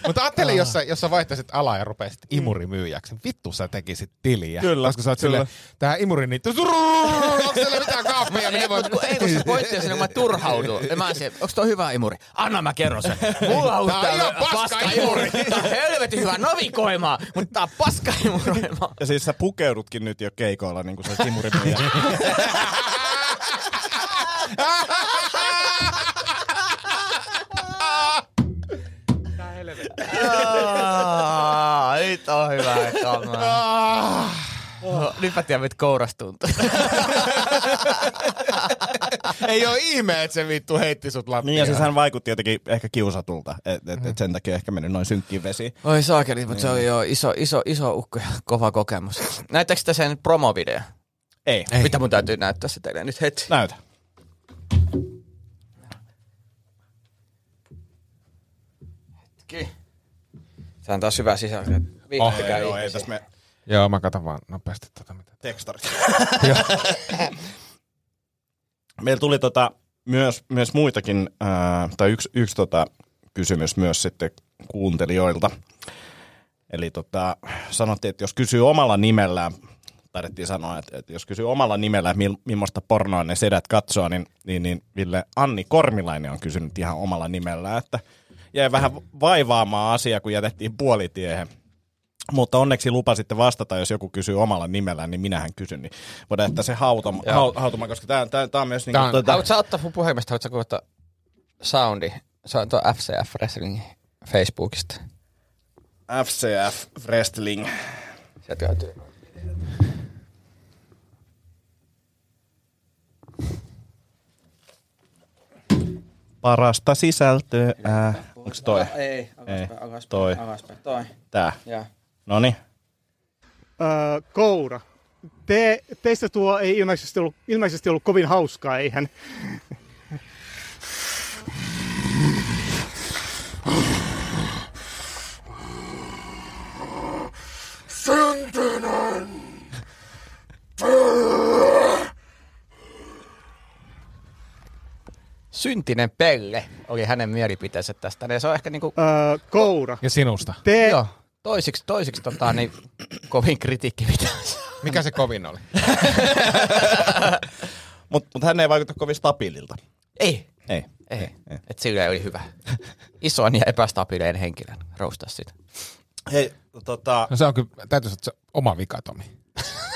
Speaker 7: Mutta ajattelin, jos sä, jos sä vaihtaisit alaa ja rupeaisit imurimyyjäksi, vittu sä tekisit tiliä.
Speaker 6: Kyllä,
Speaker 7: Koska sä oot
Speaker 6: kyllä.
Speaker 7: silleen, tää imuri niin... Onko siellä mitään kaappia,
Speaker 5: Ei,
Speaker 7: minne voi...
Speaker 5: mut kun- ei, kun se pointti on sinne, kun mä turhaudun. Ja mä se, onks toi hyvä imuri? Anna mä kerron sen. Mulla on
Speaker 7: Tää on ihan paska imuri.
Speaker 5: Tää on helvetin hyvä novikoimaa, mutta tää on paska imuroimaa.
Speaker 6: Ja siis sä pukeudutkin nyt jo keikoilla, niin kuin se imurimyyjä.
Speaker 5: Aa, Nyt on hyvä kamaa.
Speaker 7: Ah,
Speaker 5: Oh, Nyt mä tiedän, mitä kouras tuntuu.
Speaker 7: ei oo ihme, että se vittu heitti sut lattiaan.
Speaker 6: niin ja siis hän vaikutti jotenkin ehkä kiusatulta, että et,
Speaker 7: Mm.
Speaker 6: et sen takia ehkä mennyt noin synkkiin vesiin.
Speaker 5: Oi saakeli, mutta se oli jo iso, iso, iso ukko ja kova kokemus. Näyttääkö te sen promovideo?
Speaker 6: Ei,
Speaker 5: Ei. Mitä mun täytyy näyttää se teille nyt heti?
Speaker 6: näytä.
Speaker 5: Hetki. Se on taas hyvä sisältö.
Speaker 7: Ah,
Speaker 5: Viihdyttäkää
Speaker 6: joo, ei
Speaker 5: ihmisiä.
Speaker 6: tässä me
Speaker 7: Joo, mä katon vaan nopeasti tota mitä.
Speaker 6: tekstarit. Meillä tuli tota, myös, myös muitakin, ää, tai yksi, yksi tota, kysymys myös sitten kuuntelijoilta. Eli tota, sanottiin, että jos kysyy omalla nimellään, taidettiin sanoa, että, että jos kysyy omalla nimellään, mil, millaista pornoa ne sedät katsoo, niin, niin, niin Ville Anni Kormilainen on kysynyt ihan omalla nimellään, että jäi vähän vaivaamaan asia, kun jätettiin puolitiehen. Mutta onneksi lupasitte vastata, jos joku kysyy omalla nimellään, niin minähän kysyn. Niin voidaan jättää se hautoma, haut- hautoma koska tämä tää, tää on myös... Niinku,
Speaker 7: Tää on-
Speaker 6: tota,
Speaker 5: Haluatko sä ottaa mun puhelimesta, haluatko sä kuvata soundi? Se on tuo FCF Wrestling Facebookista.
Speaker 6: FCF Wrestling.
Speaker 5: Sieltä löytyy.
Speaker 6: Parasta sisältöä. Äh, onko se toi?
Speaker 5: Ei,
Speaker 6: alaspäin, alaspäin, Toi.
Speaker 5: alaspäin, toi.
Speaker 6: Tää.
Speaker 5: Ja.
Speaker 6: Noniin.
Speaker 9: Öö, koura. Te, teistä tuo ei ilmeisesti ollut, ilmeisesti ollut kovin hauskaa, eihän.
Speaker 5: Syntinen Pelle oli hänen mielipiteensä tästä. Ja se on ehkä niinku,
Speaker 9: Öö, koura.
Speaker 7: Ja sinusta.
Speaker 9: Te,
Speaker 5: joo, toisiksi, toisiksi tota, niin, kovin kritiikki mitä on saanut.
Speaker 7: Mikä se kovin oli?
Speaker 6: Mutta mut hän ei vaikuta kovin stabiililta.
Speaker 5: Ei,
Speaker 6: Ei.
Speaker 5: ei. Et sillä oli hyvä. Ison ja epästabiileen henkilön roustaa sitä.
Speaker 6: Hei, tota...
Speaker 7: No se on kyllä, täytyy sanoa, että se on oma vika, Tomi.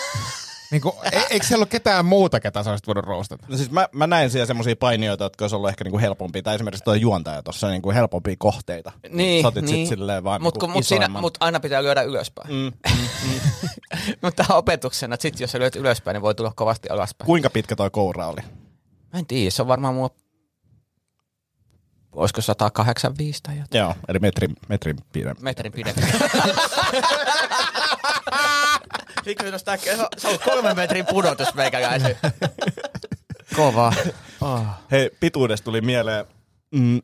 Speaker 7: niin kuin, e, eikö siellä ole ketään muuta, ketä sä olisit voinut roustata?
Speaker 6: No siis mä, mä näin siellä semmoisia painijoita, jotka olisi ollut ehkä niinku helpompia, tai esimerkiksi tuo juontaja tuossa niinku helpompia kohteita.
Speaker 5: Niin,
Speaker 6: Sä otit
Speaker 5: niin.
Speaker 6: sit silleen vaan
Speaker 5: mut,
Speaker 6: niinku
Speaker 5: kun, mut, siinä,
Speaker 6: isoimman.
Speaker 5: mut aina pitää lyödä ylöspäin. Mm, mm, Mutta opetuksena, että sit jos sä lyöt ylöspäin, niin voi tulla kovasti alaspäin.
Speaker 6: Kuinka pitkä toi koura oli?
Speaker 5: Mä en tiedä, se on varmaan mua, olisiko 185 tai jotain.
Speaker 6: Joo, eli metrin, metrin pidempi.
Speaker 5: Metrin pidempi. Rikki nostaa, se on kolmen metrin pudotus meikäläisen. Kova.
Speaker 6: Ah. Hei, pituudesta tuli mieleen. Mm,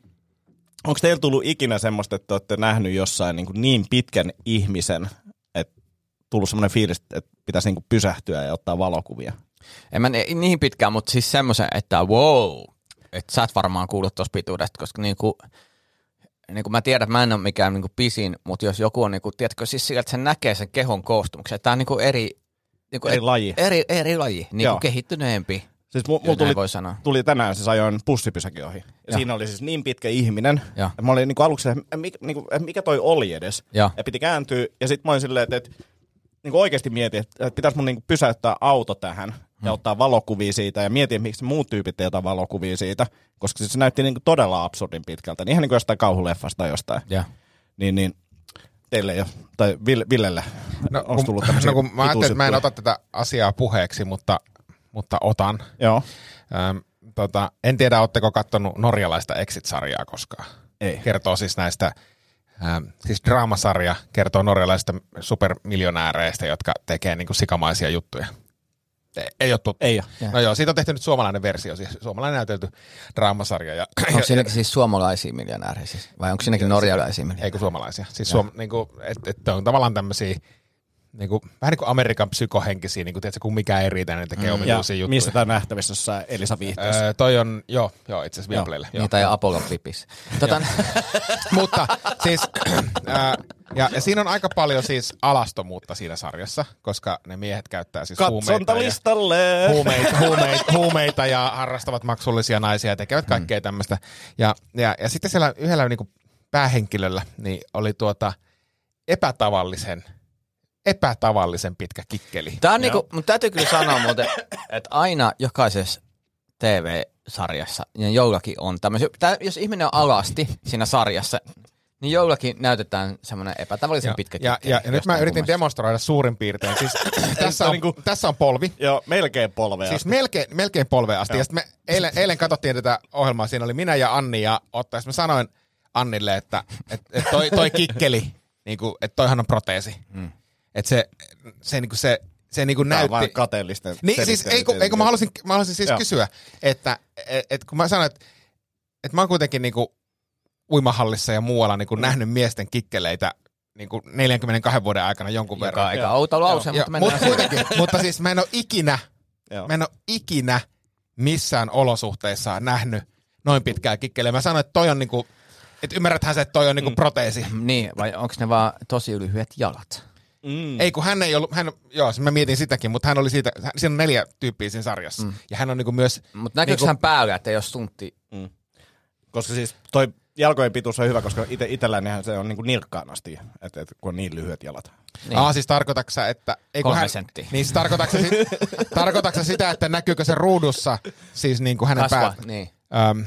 Speaker 6: Onko teillä tullut ikinä semmoista, että olette nähnyt jossain niin, kuin niin pitkän ihmisen, että tullut semmoinen fiilis, että pitäisi niin kuin pysähtyä ja ottaa valokuvia?
Speaker 5: En mä ni- niin pitkään, mutta siis semmoisen, että wow, että sä et varmaan kuullut tuosta pituudesta, koska niinku, niinku mä tiedän, että mä en ole mikään niinku pisin, mutta jos joku on, niinku, tiedätkö, siis sillä, että sen näkee sen kehon koostumuksen, tämä on niinku eri, niinku
Speaker 6: Eri laji.
Speaker 5: Eri, eri laji, niinku
Speaker 6: Joo.
Speaker 5: kehittyneempi,
Speaker 6: Siis mu- mulla
Speaker 5: jos
Speaker 6: tuli,
Speaker 5: näin voi sanoa.
Speaker 6: tuli tänään, siis ajoin pussipysäkin ohi. Ja siinä oli siis niin pitkä ihminen.
Speaker 5: Joo.
Speaker 6: että Mä olin niin kuin aluksi, että mikä, niin kuin, mikä toi oli edes.
Speaker 5: Joo.
Speaker 6: Ja piti kääntyä. Ja sitten mä olin silleen, että, että niin kuin oikeasti mietin, että että pitäis mun niin kuin pysäyttää auto tähän
Speaker 7: Hmm.
Speaker 6: ja ottaa valokuvia siitä. Ja mietin, että miksi muut tyypit ei ota valokuvia siitä. Koska siis se näytti niin kuin todella absurdin pitkältä. Niin ihan niin kuin jostain kauhuleffasta tai jostain.
Speaker 5: Ja.
Speaker 6: Niin, niin teille jo, tai Ville, Villelle no, on tullut tämmöisiä
Speaker 7: no, kun mä ajattelin, että mä en
Speaker 6: vituusjuttuja.
Speaker 7: ota tätä asiaa puheeksi, mutta, mutta otan.
Speaker 6: Joo,
Speaker 7: Öm, tota, en tiedä, oletteko katsonut norjalaista Exit-sarjaa koskaan.
Speaker 6: Ei.
Speaker 7: Kertoo siis näistä, äm, siis draamasarja kertoo norjalaisista supermiljonääreistä, jotka tekee niin kuin sikamaisia juttuja. Ei, ei ole tuttu.
Speaker 6: ei ole.
Speaker 7: No joo, siitä on tehty nyt suomalainen versio, siis suomalainen näytelty draamasarja. Ja, ja,
Speaker 5: Onko siinäkin siis suomalaisia miljonäärejä siis, vai onko siinäkin norjalaisia miljonäärejä?
Speaker 7: Eikö suomalaisia? Siis suom, niin kuin, et, et, on tavallaan tämmöisiä, niin kuin, vähän niin kuin Amerikan psykohenkisiä, niin kuin, tiedätkö, kun mikä ei riitä, ne tekee mm.
Speaker 6: Ja
Speaker 7: omituisia juttuja.
Speaker 6: mistä tämä on nähtävissä jossain Elisa Viihteessä?
Speaker 7: Öö, toi on, joo, joo itse asiassa Viaplaylle. joo.
Speaker 5: Niin, tai Apollon pipissä. Tota,
Speaker 7: Mutta siis, ää, ja, ja siinä on aika paljon siis alastomuutta siinä sarjassa, koska ne miehet käyttää siis huumeita ja,
Speaker 6: Katsontalistalle!
Speaker 7: huumeita, huumeita, huumeita ja harrastavat maksullisia naisia ja tekevät
Speaker 5: Mm.
Speaker 7: kaikkea tämmöistä. Ja, ja, ja sitten siellä yhdellä niin päähenkilöllä niin oli tuota epätavallisen, epätavallisen pitkä kikkeli.
Speaker 5: Tää on niinku, mun täytyy kyllä sanoa muuten, että aina jokaisessa TV-sarjassa niin jollakin on tämmöisiä, tää, jos ihminen on alasti siinä sarjassa, niin jollakin näytetään semmoinen epätavallisen
Speaker 7: Ja,
Speaker 5: pitkä
Speaker 7: ja,
Speaker 5: kikkeli
Speaker 7: ja, ja nyt mä
Speaker 5: jostain
Speaker 7: yritin
Speaker 5: kummasta. niinku
Speaker 7: demonstroida suurin piirtein. Siis, tässä, on, tässä on polvi,
Speaker 6: Joo, melkein polvea.
Speaker 7: Siis
Speaker 6: Siis
Speaker 7: melkein, melkein polveen asti. Ja, sitten me eilen, eilen katsottiin tätä ohjelmaa, siinä oli minä ja Anni ja Otto, ja sit mä sanoin Annille, että et, et toi, toi kikkeli, niinku, että toihan on proteesi. Mm. Että se, se, niinku, se, se niinku
Speaker 6: Tää on
Speaker 7: näytti...
Speaker 6: vaan kateellisten.
Speaker 7: Niin siis, ei kun, ei kun mä halusin, mä halusin siis
Speaker 6: Joo.
Speaker 7: kysyä, että et, et, kun mä sanoin, että et mä oon kuitenkin niinku uimahallissa ja muualla
Speaker 6: Mm.
Speaker 7: niinku nähnyt miesten kikkeleitä niinku 42 vuoden aikana jonkun verran.
Speaker 5: Joka aika outo lause,
Speaker 7: Ja,
Speaker 5: mutta
Speaker 7: mutta,
Speaker 5: mennään siihen.
Speaker 7: kuitenkin, mutta siis mä en ole ikinä,
Speaker 6: Joo.
Speaker 7: mä en ole ikinä missään olosuhteissa nähnyt noin pitkää kikkeliä. Mä sanoin, että toi on niinku, että ymmärräthän se, että toi on niinku proteesi.
Speaker 5: Niin, vai onko ne vaan tosi lyhyet jalat?
Speaker 7: Mm. Ei kun hän ei ollut, hän, joo, siis mä mietin sitäkin, mutta hän oli siitä, hän, siinä on neljä tyyppiä siinä sarjassa. Mm. Ja hän on niinku myös,
Speaker 5: Mutta näkyykö
Speaker 7: niinku-
Speaker 5: hän päällä, että jos tunti...
Speaker 6: Koska siis toi jalkojen pituus on hyvä, koska ite, itsellänihän se on niinku nilkkaan asti, et, et, kun on niin lyhyet jalat.
Speaker 7: Niin. Aa, siis tarkoitatko sä, että... Ei, kun
Speaker 5: Kolme
Speaker 7: hän,
Speaker 5: senttiä.
Speaker 7: Niin, siis tarkoitatko, sä, si- tarkoitatko sä sitä, että näkyykö se ruudussa siis niin kuin hänen
Speaker 5: Kasva,
Speaker 7: pää...
Speaker 5: niin.
Speaker 7: Öm,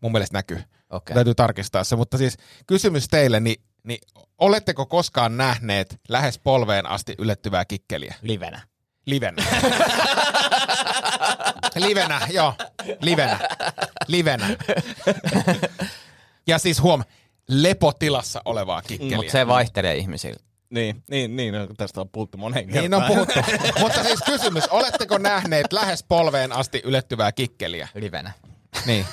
Speaker 7: mun mielestä näkyy.
Speaker 5: Okei.
Speaker 7: Täytyy tarkistaa se, mutta siis kysymys teille, niin, niin oletteko koskaan nähneet lähes polveen asti ylettyvää kikkeliä?
Speaker 5: Livenä.
Speaker 7: Livenä. livenä, joo. Livenä. Livenä. ja siis huom, lepotilassa olevaa kikkeliä.
Speaker 5: Mutta se vaihtelee ihmisiltä.
Speaker 6: Niin, niin, niin no, tästä on no, puhuttu moneen
Speaker 7: Niin on puhuttu. Mutta siis kysymys, oletteko nähneet lähes polveen asti ylettyvää kikkeliä?
Speaker 5: Livenä.
Speaker 7: Niin.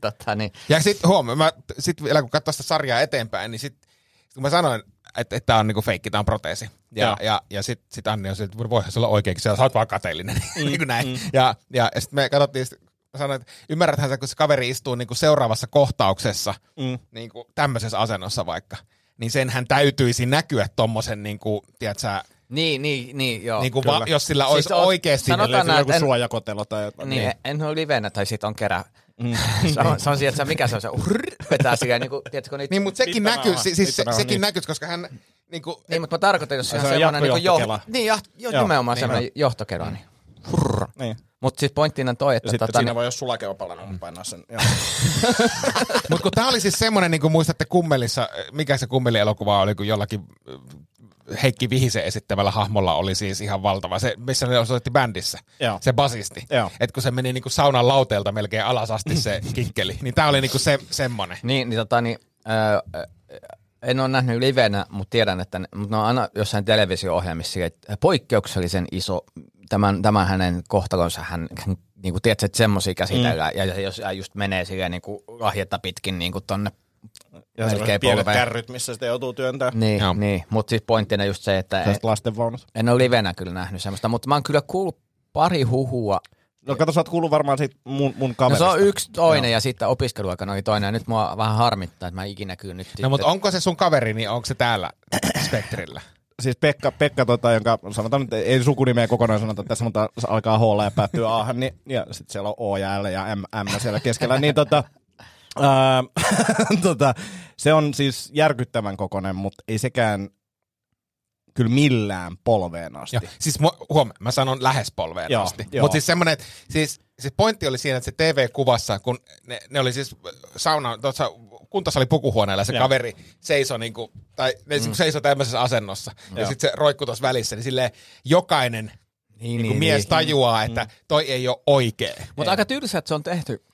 Speaker 5: Totta, niin.
Speaker 7: Ja sitten huomioon, mä sit vielä kun katsoin sitä sarjaa eteenpäin, niin sitten sit kun mä sanoin, että et tämä on niinku feikki, tämä on proteesi. Ja, ja.
Speaker 6: Joo.
Speaker 7: ja, ja sitten sit Anni on se, että voihan se olla oikeakin, sä oot vaan kateellinen. Mm, niin kuin näin. Mm. Ja, ja, ja sitten me katsottiin, sit, mä sanoin, että ymmärräthän sä, kun se kaveri istuu niinku seuraavassa kohtauksessa, mm. niinku tämmöisessä asennossa vaikka, niin senhän täytyisi näkyä tommosen, niinku, tiedät sä,
Speaker 5: Niin, niin, niin, joo.
Speaker 7: niin kuin va- jos sillä olisi
Speaker 5: oot-
Speaker 7: siis oikeasti...
Speaker 5: sanotaan näin,
Speaker 6: joku
Speaker 5: että en,
Speaker 6: suojakotelo tai jotain.
Speaker 5: niin, en ole livenä, tai sit on kerä. se, on, se on siellä, että se- mikä se on se, hurr, vetää sillä, niin kuin, tiedätkö, niitä,
Speaker 7: Niin, mutta sekin näkyy, si- siis se,
Speaker 6: Mittanaama,
Speaker 7: sekin
Speaker 6: niin.
Speaker 7: näkyy, koska hän... Niin kuin,
Speaker 5: niin, mutta mä tarkoitan, jos se on
Speaker 6: se on
Speaker 5: semmoinen niin kuin
Speaker 6: jatkojohtokela.
Speaker 5: jo, niin, jo, jo,
Speaker 6: Joo,
Speaker 5: nimenomaan
Speaker 6: niin,
Speaker 5: semmoinen johtokela, niin. Hurr.
Speaker 6: Niin.
Speaker 5: Mutta siis pointtina toi, että
Speaker 6: Ja sitten
Speaker 5: tota,
Speaker 6: siinä
Speaker 5: niin,
Speaker 6: voi jos sulakeva palanut painaa sen. Joo.
Speaker 7: Mutta kun tämä oli siis semmoinen, niin kuin muistatte kummelissa, mikä se kummelielokuva oli, kun jollakin äh, Heikki Vihisen esittämällä hahmolla oli siis ihan valtava, se, missä ne osoitti bändissä,
Speaker 6: Joo.
Speaker 7: se basisti.
Speaker 6: Joo.
Speaker 7: Että kun se meni niin kuin saunan lauteelta melkein alas asti se kikkeli, niin tämä oli niin kuin se, semmoinen.
Speaker 5: niin, niin, tota, niin öö, ö, en ole nähnyt livenä, mutta tiedän, että ne, mut ne on aina jossain televisio-ohjelmissa sille, että poikkeuksellisen iso, tämän, tämän hänen kohtalonsa, hän, hän niin kuin tiedät, että semmoisia käsitellään, mm. ja, ja jos hän just menee silleen niin kuin lahjetta pitkin niin kuin tonne
Speaker 6: Ja se
Speaker 5: Melkein
Speaker 6: on pienet
Speaker 5: polveen.
Speaker 6: kärryt, missä sitä joutuu työntämään.
Speaker 5: Niin,
Speaker 7: Joo.
Speaker 5: niin. mutta siis pointtina just se, että en,
Speaker 6: Tästä lastenvaunut.
Speaker 5: en ole livenä kyllä nähnyt semmoista, mutta mä oon kyllä kuullut pari huhua.
Speaker 6: No kato, sä oot kuullut varmaan siitä mun,
Speaker 5: No
Speaker 6: mun
Speaker 5: se
Speaker 6: kaverista.
Speaker 5: on yksi toinen ja sitten opiskeluaikana oli toinen ja nyt mua vähän harmittaa, että mä en ikinä kyllä nyt
Speaker 7: No mutta onko se sun kaveri, niin onko se täällä spektrillä?
Speaker 6: Siis Pekka, Pekka tota, jonka sanotaan nyt, ei sukunimeä kokonaan sanota, että sanotaan se alkaa H ja päättyy A, niin, ja sitten siellä on O ja L ja M, M siellä keskellä, niin tota, ää, tota, se on siis järkyttävän kokonen, mutta ei sekään kyllä millään polveen asti.
Speaker 7: Joo. Siis mua, huom, mä sanon lähes polveen
Speaker 6: Joo,
Speaker 7: asti.
Speaker 6: joo.
Speaker 7: Mutta siis semmoinen, että siis, siis pointti oli siinä, että se TV-kuvassa, kun ne, ne oli siis sauna, tuossa kuntosali pukuhuoneella ja se
Speaker 6: Joo.
Speaker 7: kaveri seisoi niinku, tai ne mm. seisoi tämmöisessä asennossa. Mm. Ja
Speaker 6: Joo.
Speaker 7: sitten se roikkui tuossa välissä, niin silleen jokainen niin, niin, mies niin, tajuaa, että toi ei ole oikea.
Speaker 5: Mutta aika tylsä, että se on tehty.
Speaker 7: Niin,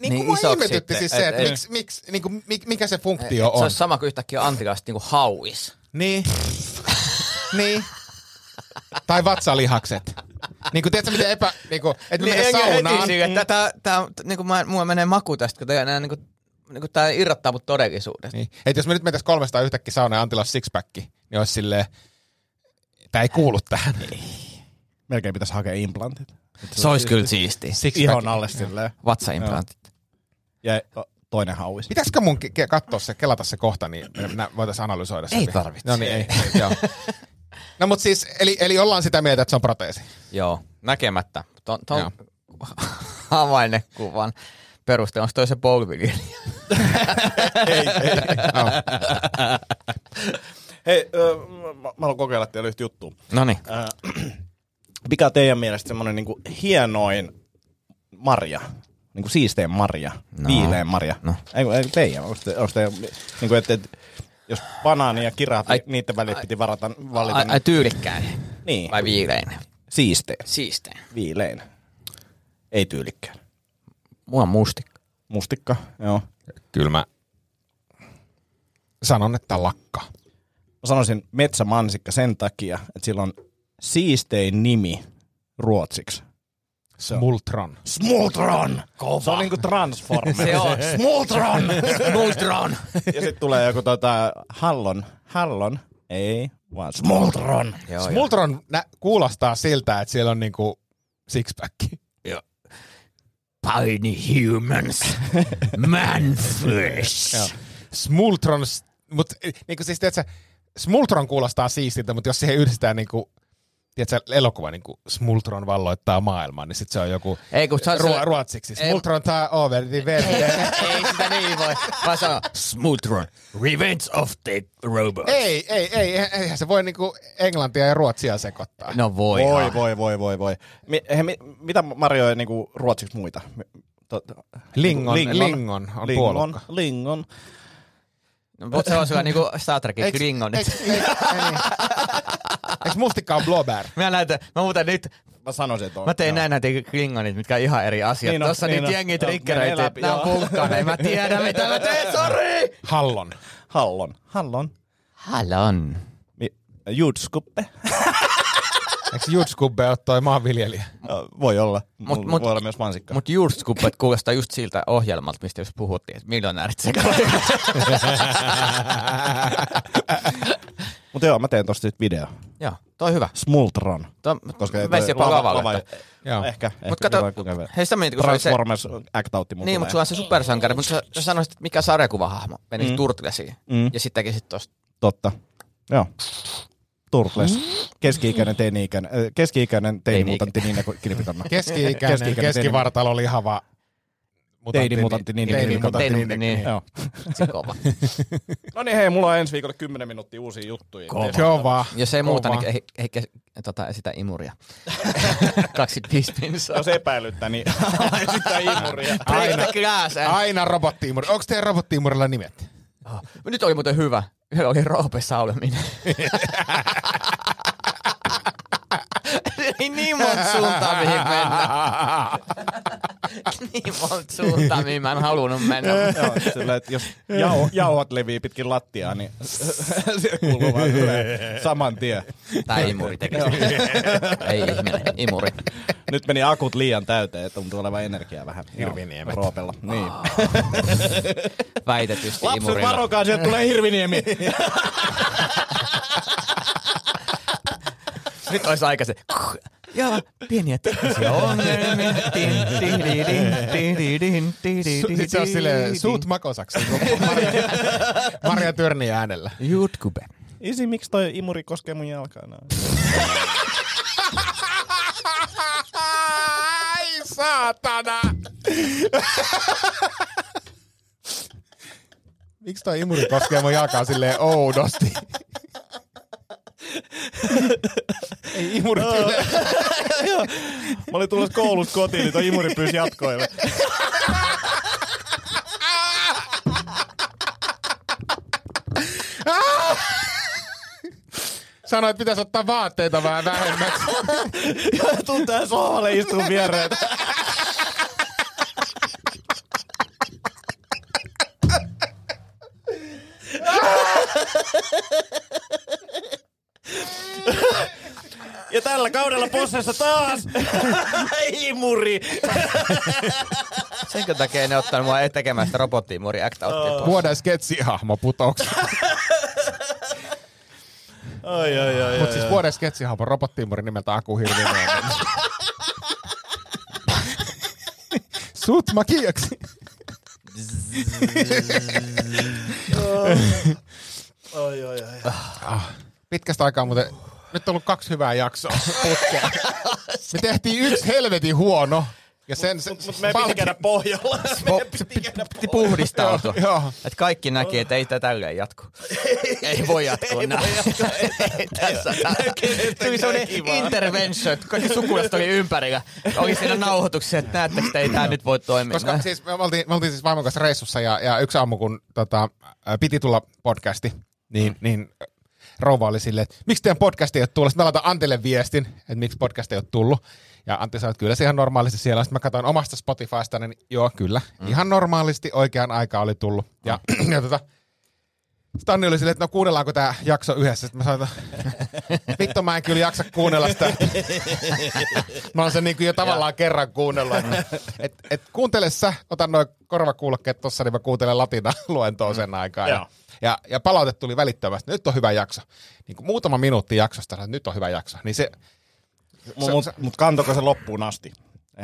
Speaker 5: Niin
Speaker 7: niin mua
Speaker 5: isoksi
Speaker 7: ihmetytti
Speaker 5: sitten,
Speaker 7: siis
Speaker 5: et-
Speaker 7: se, että
Speaker 5: et-
Speaker 7: miksi, miksi, niin kuin, mikä se funktio
Speaker 5: Joo, se
Speaker 7: on.
Speaker 5: olisi sama kuin yhtäkkiä Antilasta niin kuin hauis.
Speaker 7: Niin. niin. Tai vatsalihakset. Niin kuin tiedätkö, miten epä... Niin kuin, että niin, mennä saunaan.
Speaker 5: Tätä, tää, niin kuin mä, mua menee maku tästä, kun tää, nää, niin kuin, niin kuin tää irrottaa mut todellisuudesta.
Speaker 7: Niin. Et jos me nyt mentäisiin 300 yhtäkkiä saunaan ja Antilla olisi sixpacki, niin olisi silleen, tämä ei kuulu tähän.
Speaker 5: Niin.
Speaker 6: Melkein pitäisi hakea implantit.
Speaker 5: Se olisi kyllä siistiä.
Speaker 7: Sixpack.
Speaker 6: Ihon alle silleen.
Speaker 5: Vatsaimplantit.
Speaker 6: Ja toinen hauis.
Speaker 7: Pitäisikö mun ke- ke- katsoa se, kelata se kohta, niin me nä- voitaisiin analysoida se.
Speaker 5: Ei
Speaker 7: vielä.
Speaker 5: tarvitse.
Speaker 7: No niin, ei. ei joo. No mutta siis, eli, eli ollaan sitä mieltä, että se on proteesi.
Speaker 5: Joo, näkemättä. Ton, ton
Speaker 7: Joo.
Speaker 5: havainnekuvan peruste, onko toi se polvikin?
Speaker 6: Hei, öö, mä, mä haluan kokeilla teille yhtä juttua.
Speaker 5: No niin.
Speaker 6: Mikä teidän mielestä semmoinen niinku hienoin marja? Niinku siisteen marja,
Speaker 5: No.
Speaker 6: no. viilein marja.
Speaker 5: No.
Speaker 6: No. Ei, kun- ei kun teidän, onko te, onko te niinku, että et, jos banaani ja kirahvi,
Speaker 5: Ai-
Speaker 6: ai, niiden välit piti varata, valita,
Speaker 5: Ai, ai
Speaker 6: niin,
Speaker 5: tyylikkäinen
Speaker 6: niin
Speaker 5: vai viileinen?
Speaker 6: siisteen,
Speaker 5: Siisteen.
Speaker 6: viilein, ei tyylikkään.
Speaker 5: Mua on mustikka.
Speaker 6: Mustikka, joo.
Speaker 7: Kyllä mä sanon, että lakka.
Speaker 6: Mä sanoisin metsämansikka sen takia, että sillä on siistein nimi ruotsiksi. Se on-
Speaker 7: Multron.
Speaker 6: Smultron! Kova. Se on niinku Transformer.
Speaker 5: Se on.
Speaker 6: Smultron!
Speaker 5: Multron!
Speaker 6: ja sitten tulee joku tota, Hallon, Hallon, ei, vaan Smultron.
Speaker 5: Joo, joo.
Speaker 7: Multron nä- kuulostaa siltä, että siellä on niinku sixpacki.
Speaker 10: Tiny humans. Manfish.
Speaker 7: Smultron, mutta niinku siis tiedätkö, Smultron kuulostaa siistiltä, mutta jos siihen yhdistetään niinku, tiedätkö, elokuva niinku Smultron valloittaa maailmaa, niin sit se on joku
Speaker 5: Ei, kun se on
Speaker 7: ruo-
Speaker 5: se-
Speaker 7: ruotsiksi.
Speaker 5: ei-
Speaker 7: Smultron tää over the
Speaker 5: Ei,
Speaker 7: verden.
Speaker 5: ei sitä niin voi. Vaan sanoa,
Speaker 11: Smultron, Revenge of the Robots.
Speaker 7: Ei, ei, ei, eihän- eihän se voi niinku englantia ja ruotsia sekoittaa.
Speaker 5: no voi.
Speaker 6: Voi, voi, voi, voi, voi. Mi, he, mi, mitä Marjo niinku ruotsiksi muita? Mi- to- to-
Speaker 7: Lingon,
Speaker 6: Lingon.
Speaker 7: lingon on
Speaker 6: lingon,
Speaker 7: puolukka.
Speaker 6: lingon.
Speaker 5: Mutta se on sellainen niinku Star Trekin
Speaker 7: Eiks-
Speaker 5: gringo nyt.
Speaker 7: eiks- eiks- ei niin. Eiks mustikka on blåbär?
Speaker 5: Mä näytän, mä muuten nyt,
Speaker 6: Mä sanoisin, että on.
Speaker 5: mä tein näin näitä klingonit, mitkä on ihan eri asiat.
Speaker 6: Niin
Speaker 5: Niin
Speaker 6: on,
Speaker 5: Tossa
Speaker 6: niin
Speaker 5: niin nyt
Speaker 6: on.
Speaker 5: jengi
Speaker 6: Joo, menee
Speaker 5: triggeröityy,
Speaker 6: läpi,
Speaker 5: nää
Speaker 6: joo.
Speaker 5: on vulkaaneja, mä tiedän mitä mä teen, sori!
Speaker 7: Hallon.
Speaker 6: Hallon. Hallon.
Speaker 5: Halon.
Speaker 6: Mi- Jutskuppe.
Speaker 7: Eikö Jutskubbe ole toi maanviljelijä?
Speaker 6: Voi olla.
Speaker 5: Mut-
Speaker 6: Mut,
Speaker 5: mut-
Speaker 6: mut, voi olla myös mansikka.
Speaker 5: Mut juurtskuppet kuulostaa just siltä ohjelmalta, mistä jos puhuttiin, että miljonäärit sekä.
Speaker 6: Mutta joo, mä teen tosta nyt video.
Speaker 5: Joo, toi hyvä.
Speaker 6: Smultron.
Speaker 5: Toi,
Speaker 6: Koska ei
Speaker 5: Vesi
Speaker 6: toi-
Speaker 5: jopa
Speaker 6: lava-
Speaker 5: lavalle.
Speaker 6: lava-
Speaker 7: Joo.
Speaker 6: Ehkä.
Speaker 5: Mut
Speaker 6: ehkä
Speaker 5: kato,
Speaker 6: hyvä, kuinka hyvä.
Speaker 5: hei sitä mietin, kun se oli se,
Speaker 6: Transformers act-outti mulla
Speaker 5: Niin, mutta sulla on se supersankari, mutta sä, sä sanoisit, että mikä sarjakuvahahmo menisi mm. turtlesiin mm. ja sitten tekisit tosta.
Speaker 6: Totta. Joo.
Speaker 7: Mm.
Speaker 6: Turtles. Keski-ikäinen teini-ikäinen. äh, Keski-ikäinen teini-mutantti Niina Kilpikanna.
Speaker 7: Keski-ikäinen,
Speaker 6: Keski-ikäinen
Speaker 7: keskivartalo lihava.
Speaker 6: Teinimutantti, niin, niin, niin,
Speaker 7: Teinimutantti,
Speaker 5: niin,
Speaker 7: niin,
Speaker 5: niin.
Speaker 7: niin.
Speaker 6: Joo.
Speaker 5: Se kova.
Speaker 6: No niin hei, mulla on ensi viikolla 10 minuuttia uusia juttuja.
Speaker 7: Kova.
Speaker 5: Jos ei muuta,
Speaker 7: Kova.
Speaker 5: niin ei, ei kes, tota, esitä imuria. 25 pinsaa.
Speaker 6: Jos epäilyttää, niin sitä imuria.
Speaker 5: Break
Speaker 7: aina.
Speaker 5: the glass, eh?
Speaker 7: Aina robottiimuri. Onko teidän robottiimurilla nimet?
Speaker 5: Oh. Nyt oli muuten hyvä. Yhdellä oli Roope Sauleminen. Ei niin monta suuntaa, mihin mennä. niin monta suuntaa, mihin mä en halunnut mennä.
Speaker 6: Joo, sillä, että jos jau, jauhat levii pitkin lattiaa, niin se kuuluu vaan tulee saman tien.
Speaker 5: Tää imuri teki. Ei ihminen, imuri.
Speaker 6: Nyt meni akut liian täyteen, että tuntuu olevan energiaa vähän. Hirviniemet. Roopella. Niin.
Speaker 5: Väitetysti
Speaker 6: Lapset,
Speaker 5: imurilla.
Speaker 6: varokaa, sieltä tulee Hirviniemi.
Speaker 5: Nyt olisi aika se. Ja pieniä teknisiä ongelmia. Tin, tin, din, tin, din, din, din, din, din,
Speaker 7: Sitten se on
Speaker 5: din,
Speaker 7: silleen
Speaker 5: din.
Speaker 7: suut makosaksi. kun Maria, Maria Tyrni äänellä.
Speaker 5: YouTube.
Speaker 6: Isi, miksi toi imuri koskee mun jalkaa?
Speaker 7: Ai saatana! Miksi toi imuri koskee mun jalkaa silleen oudosti? Ei imuri tyle.
Speaker 6: Mä olin tullut koulusta kotiin, niin toi imuri pyysi jatkoille.
Speaker 7: Sanoit, että pitäisi ottaa vaatteita vähän vähemmäksi.
Speaker 6: Tuun tähän sohvalle istuun viereen. Ja tällä kaudella possessa taas imuri.
Speaker 5: Senkö takia ne ottaa mua ei tekemään sitä robottiimuri act outtia.
Speaker 7: Vuoden sketsihahmo putoksi.
Speaker 6: Ai, ai, ai.
Speaker 7: Mutta siis vuoden sketsihahmo robottiimuri nimeltä Aku Hirvinen. Sut makiaksi.
Speaker 6: ai, ai, ai.
Speaker 7: Pitkästä aikaa muuten, nyt on ollut kaksi hyvää jaksoa putkea. Me tehtiin yksi helvetin huono. Ja sen se,
Speaker 6: Mut meidän piti käydä pohjalla. Meidän piti käydä
Speaker 5: Piti puhdistautua.
Speaker 7: Joo, joo.
Speaker 5: Et kaikki näki, että ei tätä tälleen jatku. ei voi jatkua näin. Ei tässä Tuli semmoinen intervention, että kaikki sukulaiset oli ympärillä. Oli siinä nauhoituksessa, että näettekö, että ei tää nyt voi toimia.
Speaker 7: Koska siis me oltiin, me oltiin siis vaimon kanssa reissussa ja, ja yksi aamu, kun tota, ää, piti tulla podcasti, niin, niin ä, rouva oli silleen, että miksi teidän podcast ei ole tullut? Sitten mä laitan Antille viestin, että miksi podcast ei ole tullut. Ja Antti sanoi, että kyllä se ihan normaalisti siellä. on. Sitten mä katsoin omasta Spotifysta, niin joo, kyllä. Mm. Ihan normaalisti oikeaan aikaan oli tullut. Ja, ja tota, Stanni oli silleen, että no kuunnellaanko tämä jakso yhdessä. Sitten mä sanoin, että vittu mä en kyllä jaksa kuunnella sitä. Mä oon sen niin jo tavallaan kerran kuunnellut. että- Et, et kuuntele sä, otan noin korvakuulokkeet tossa, niin mä kuuntelen latina luentoa sen aikaa. Ja,
Speaker 6: Joo.
Speaker 7: ja, ja palaute tuli välittömästi, nyt on hyvä jakso. Niin kuin muutama minuutti jaksosta, sanoin, että nyt on hyvä jakso. Niin se,
Speaker 6: Mut, mut, mut kantoko se loppuun asti?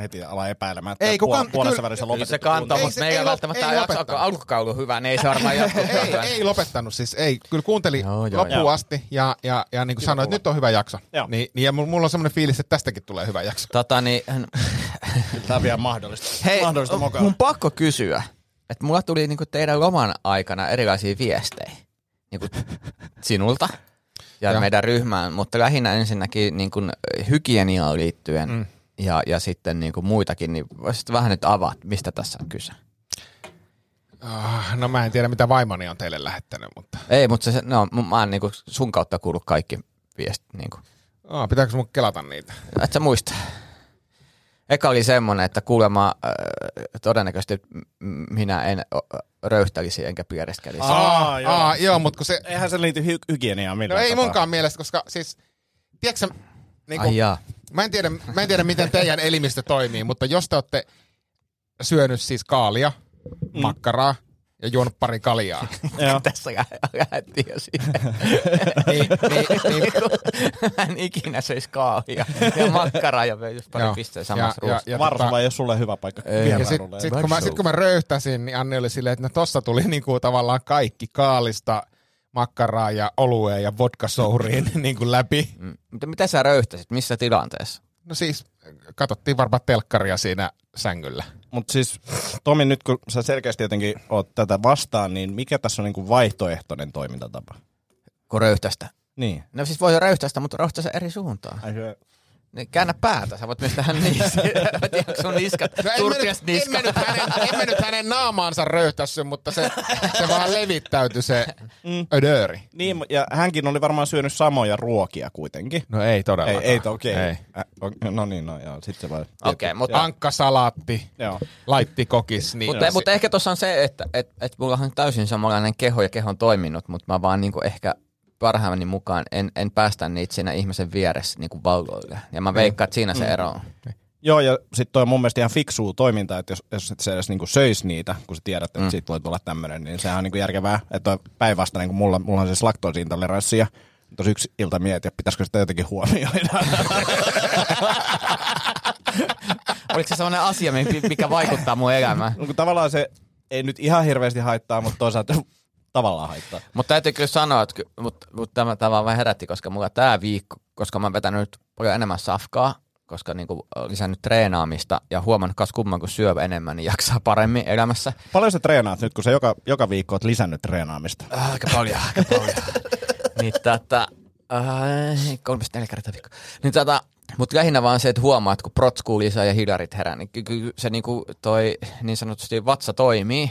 Speaker 6: heti ala epäilemään.
Speaker 7: Ei, kun
Speaker 6: puol-
Speaker 7: kan-
Speaker 6: puolessa
Speaker 7: kyllä-
Speaker 6: välissä
Speaker 5: Kyllä se
Speaker 6: lopetettu.
Speaker 5: kantaa,
Speaker 7: Ei
Speaker 5: mutta
Speaker 7: se-
Speaker 5: me ei,
Speaker 7: ei lop-
Speaker 5: välttämättä
Speaker 7: ei
Speaker 5: jaksa, kun
Speaker 7: lopettanut.
Speaker 5: alkukaan ollut hyvä, niin ei se varmaan jatku.
Speaker 7: ei, ei lopettanut, siis ei. Kyllä kuunteli
Speaker 10: Joo,
Speaker 7: joo,
Speaker 10: joo.
Speaker 7: joo, loppuun
Speaker 6: Joo.
Speaker 7: asti ja, ja, ja niin kuin sanoi, että nyt on hyvä jakso.
Speaker 6: Joo.
Speaker 7: Niin, niin, ja mulla- mulla on semmoinen fiilis, että tästäkin tulee hyvä jakso.
Speaker 5: Tota, niin,
Speaker 6: Tämä on vielä mahdollista.
Speaker 5: Hei,
Speaker 6: mahdollista
Speaker 7: oh,
Speaker 5: o-
Speaker 6: mokaa.
Speaker 5: mun pakko kysyä, että mulla tuli niinku teidän loman aikana erilaisia viestejä niinku sinulta ja,
Speaker 7: Joo.
Speaker 5: meidän ryhmään, mutta lähinnä ensinnäkin niinku hygieniaan liittyen mm. ja, ja sitten niinku muitakin, niin voisit vähän nyt avaa, mistä tässä on kyse.
Speaker 7: Ah, No mä en tiedä, mitä vaimoni on teille lähettänyt, mutta...
Speaker 5: Ei, mutta se, no, mun- mä oon niinku sun kautta kuullut kaikki viestit. Niinku.
Speaker 7: Oh, pitääkö mun kelata niitä?
Speaker 5: Et sä muista. Eka oli semmoinen, että kuulemma äh, todennäköisesti m- minä en ö, röyhtelisi enkä piereskelisi.
Speaker 6: Aa, joo.
Speaker 7: Aa, joo, mutta kun se...
Speaker 6: Eihän se liity hy-
Speaker 7: No
Speaker 6: hygieniaan millään
Speaker 7: ei
Speaker 6: tapaa.
Speaker 7: munkaan mielestä, koska siis... Tiedätkö sä, niin
Speaker 5: Ai
Speaker 7: kuin,
Speaker 5: jaa.
Speaker 7: mä, en tiedä, mä en tiedä, miten teidän elimistö toimii, mutta jos te olette syönyt siis kaalia, mm. makkaraa ja juonut pari kaljaa,
Speaker 6: Joo.
Speaker 5: No, tässä lä- lähdettiin jo siihen.
Speaker 7: niin, niin, niin,
Speaker 5: Mä en ikinä söisi kahvia ja makkaraa ja veisi pari
Speaker 7: Joo.
Speaker 5: pisteen samassa ruuassa.
Speaker 6: Varsova ei ole sulle hyvä paikka
Speaker 7: tota- Ja sit,
Speaker 6: vierailulle.
Speaker 7: sit, kun mä, sit kun mä röyhtäsin, niin Anni oli silleen, että no tossa tuli niinku tavallaan kaikki kaalista, makkaraa ja olueen ja vodkasouriin niinku läpi.
Speaker 5: Mm. Mutta mitä sä röyhtäsit? Missä tilanteessa?
Speaker 7: No siis katsottiin varmaan telkkaria siinä sängyllä.
Speaker 6: Mutta siis Tomi, nyt kun sä selkeästi jotenkin oot tätä vastaan, niin mikä tässä on niinku vaihtoehtoinen toimintatapa?
Speaker 5: Kun röyhtästä.
Speaker 6: Niin.
Speaker 5: No siis voi röyhtästä, mutta röyhtästä eri suuntaan. Niin käännä päätä, sä voit myös tähän niissä. Mä tiedän, onko sun niskat,
Speaker 7: No en, mä
Speaker 5: turkias
Speaker 7: nyt, en, mä
Speaker 5: niskat.
Speaker 7: nyt hänen, en mä nyt hänen naamaansa röyhtässy, mutta se, se vaan levittäytyi se
Speaker 5: Mm.
Speaker 7: ödööri.
Speaker 6: Niin, ja hänkin oli varmaan syönyt samoja ruokia kuitenkin.
Speaker 7: No ei
Speaker 6: Ei,
Speaker 7: todellakaan.
Speaker 6: ei okei. Okay. Äh, ok- no niin, no joo, sit se vaan.
Speaker 5: Okei, mutta
Speaker 7: Ankkasalaatti,
Speaker 6: Joo.
Speaker 7: laitti kokis. Niin
Speaker 5: Mutta, mutta ehkä tuossa on se, että et, et mulla on täysin samanlainen keho ja keho on toiminut, mutta mä vaan niinku ehkä parhaimmani mukaan en, en päästä niitä siinä ihmisen vieressä niinku valloille. Ja mä veikkaan, että siinä se ero on.
Speaker 6: Joo, ja sitten toi on mun mielestä ihan fiksua toimintaa, että jos, jos et sä edes niinku söis niitä, kun sä tiedät, että mm. siitä voi tulla tämmöinen, niin sehän on niinku järkevää. Että toi päinvastainen, kun mulla, mulla on siis laktoosiintoleranssi, ja tuossa yksi ilta mietin, että pitäisikö sitä jotenkin huomioida.
Speaker 5: Oliko se sellainen asia, mi- mikä vaikuttaa mun elämään?
Speaker 6: No kun tavallaan se ei nyt ihan hirveästi haittaa, mutta toisaalta tavallaan haittaa.
Speaker 5: Mutta täytyy kyllä sanoa, että ky- mut, mut tämä, tämä vaan vähän herätti, koska mulla tämä viikko, koska mä oon vetänyt nyt paljon enemmän safkaa, koska niinku olen lisännyt treenaamista ja huomannut kas kumman, kun syö enemmän, niin jaksaa paremmin elämässä.
Speaker 6: Paljon sä treenaat nyt, kun sä joka, joka viikko oot lisännyt treenaamista?
Speaker 5: Äh, Aika paljon, aika paljon. niin tätä, äh, kolmesta neljä kertaa viikko. Niin tätä, mutta lähinnä vaan se, että huomaa, että kun protskuu lisää ja hidarit herää, niin ky- ky- se niinku toi niin sanotusti vatsa toimii.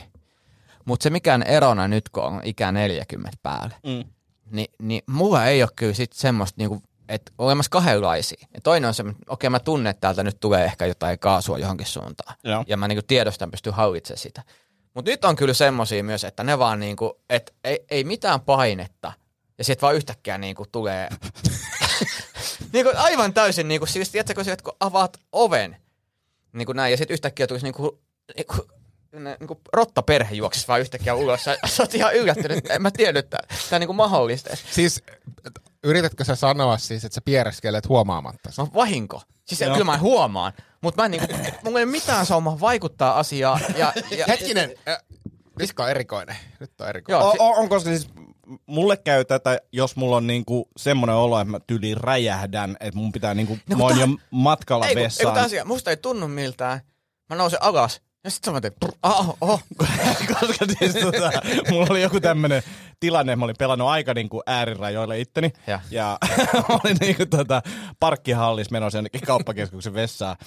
Speaker 5: Mutta se mikään erona nyt, kun on ikä 40 päälle, mm. niin, niin mulla ei ole kyllä sit semmoista niinku, että olemassa kahdenlaisia. Ja toinen on se, okei okay, mä tunnen, että täältä nyt tulee ehkä jotain kaasua johonkin suuntaan.
Speaker 6: Joo.
Speaker 5: Ja mä niinku tiedostan, pystyn hallitsemaan sitä. Mutta nyt on kyllä semmosia myös, että ne vaan niinku, että ei, ei mitään painetta. Ja sitten vaan yhtäkkiä niinku tulee niinku aivan täysin, niinku, siis tiedätkö, kun, sä, kun avaat oven, niin kuin näin, ja sitten yhtäkkiä tulisi niinku, niinku, ne- niinku rottaperhe juoksisi vaan yhtäkkiä ulos. Sä, sä oot ihan yllättynyt, että en mä tiennyt, että tämä on niinku mahdollista.
Speaker 7: Siis et, yritätkö sä sanoa siis, että sä piereskelet huomaamatta?
Speaker 5: No vahinko. Siis Joo. kyllä mä huomaan, mutta mä en niinku, mulla ei ole mitään saumaa vaikuttaa asiaan. Ja, ja,
Speaker 7: Hetkinen, äh, nyt on erikoinen. Nyt on erikoinen.
Speaker 5: Joo,
Speaker 6: O,
Speaker 5: si-
Speaker 6: o, on, koska siis mulle käy tätä, jos mulla on niinku semmoinen olo, että mä tyli räjähdän, että mun pitää niinku,
Speaker 5: kun
Speaker 6: no, mä oon
Speaker 5: tää-
Speaker 6: jo matkalla
Speaker 5: ei, kun, ei, kun
Speaker 6: vessaan.
Speaker 5: tää asia, musta ei tunnu miltään. Mä nousen alas. Ja sit sä mä tein, prr, ah, oho.
Speaker 6: koska siis tota, mulla oli joku tämmönen tilanne, mä olin pelannut aika niinku äärirajoille itteni.
Speaker 5: Ja.
Speaker 6: Ja, ja mä olin niinku tota, parkkihallis menossa jonnekin kauppakeskuksen vessaan.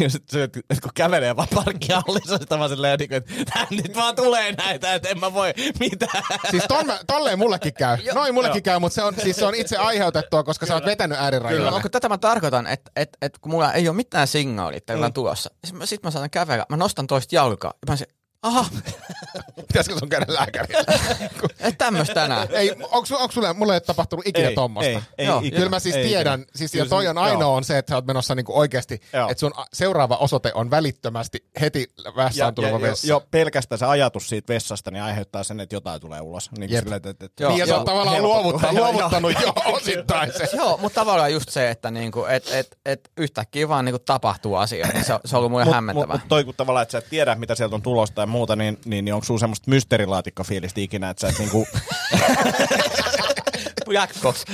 Speaker 6: Ja sit se, että kun kävelee vaan parkkihallissa, sitä vaan silleen, niinku, että tää nyt vaan tulee näitä, että en mä voi mitään.
Speaker 7: Siis ton, mä- tolleen mullekin käy. Noin mullekin käy, mutta se on, siis se on itse aiheutettua, koska sä oot vetänyt
Speaker 5: Kyllä.
Speaker 7: äärirajoille.
Speaker 5: Onko tätä mä tarkoitan, että et, et, kun mulla ei ole mitään signaalia, että mm. tulossa. Sitten mä, sit mä saatan kävellä, mä nostan toista jalkaa. Ja mä se, Aha,
Speaker 7: Pitäisikö sun käydä lääkärillä? Kun-
Speaker 5: tämmöistä tänään.
Speaker 7: ei, onko, onko sulle, mulle ei ole tapahtunut ikinä
Speaker 6: Ei,
Speaker 7: tommosta?
Speaker 6: ei, ei
Speaker 7: Joo.
Speaker 6: ikinä.
Speaker 7: Kyllä mä siis
Speaker 6: Ei
Speaker 7: tiedän,
Speaker 6: ikinä.
Speaker 7: siis
Speaker 6: Kyllä
Speaker 7: ja
Speaker 6: se-
Speaker 7: toi on
Speaker 6: joo.
Speaker 7: ainoa on se, että sä oot menossa niinku oikeasti,
Speaker 6: Joo.
Speaker 7: että sun a- seuraava osoite on välittömästi heti vässään tuleva
Speaker 6: jo,
Speaker 7: vessa.
Speaker 6: jo, pelkästään se ajatus siitä vessasta niin aiheuttaa sen, että jotain tulee ulos. Niin kuin
Speaker 7: Jep.
Speaker 6: sillä, että, että,
Speaker 5: Joo,
Speaker 7: niin, ja sä
Speaker 5: joo.
Speaker 7: oot tavallaan
Speaker 6: Helpottu.
Speaker 7: luovuttanut,
Speaker 6: Joo, joo.
Speaker 7: luovuttanut jo osittain sen.
Speaker 5: Joo, mutta tavallaan just se, että niinku, et, et, et yhtäkkiä vaan niinku tapahtuu asioita, niin se, on- se on ollut mulle hämmentävää.
Speaker 6: Mut, mut toi kun tavallaan, että sä et tiedä, mitä sieltä on tulosta tai muuta, niin, niin, niin onko sulla semmoista mysteerilaatikkofiilistä ikinä, että sä et niinku,
Speaker 5: Jatkos.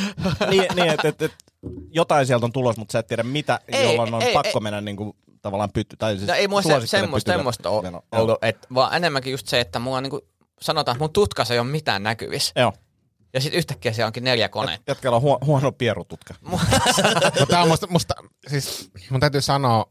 Speaker 6: niin, niin että et, et, jotain sieltä on tulos, mutta sä et tiedä mitä,
Speaker 5: Ei,
Speaker 6: ei, jolloin on
Speaker 5: ei,
Speaker 6: ei, pakko
Speaker 5: ei.
Speaker 6: ei, mennä niinku, tavallaan pytty. Tai siis
Speaker 5: No ei mua se,
Speaker 6: suosittelen
Speaker 5: semmoista,
Speaker 6: pytylle
Speaker 5: semmoista ole
Speaker 6: meno-
Speaker 5: ollut, et, vaan enemmänkin just se, että mulla niinku, sanotaan, että mun tutkas ei ole mitään näkyvissä.
Speaker 6: Joo.
Speaker 5: Ja sitten yhtäkkiä se onkin neljä koneen.
Speaker 6: Jatkella on huo, huono pierututka.
Speaker 7: No, tää on musta, musta, siis mun täytyy sanoa,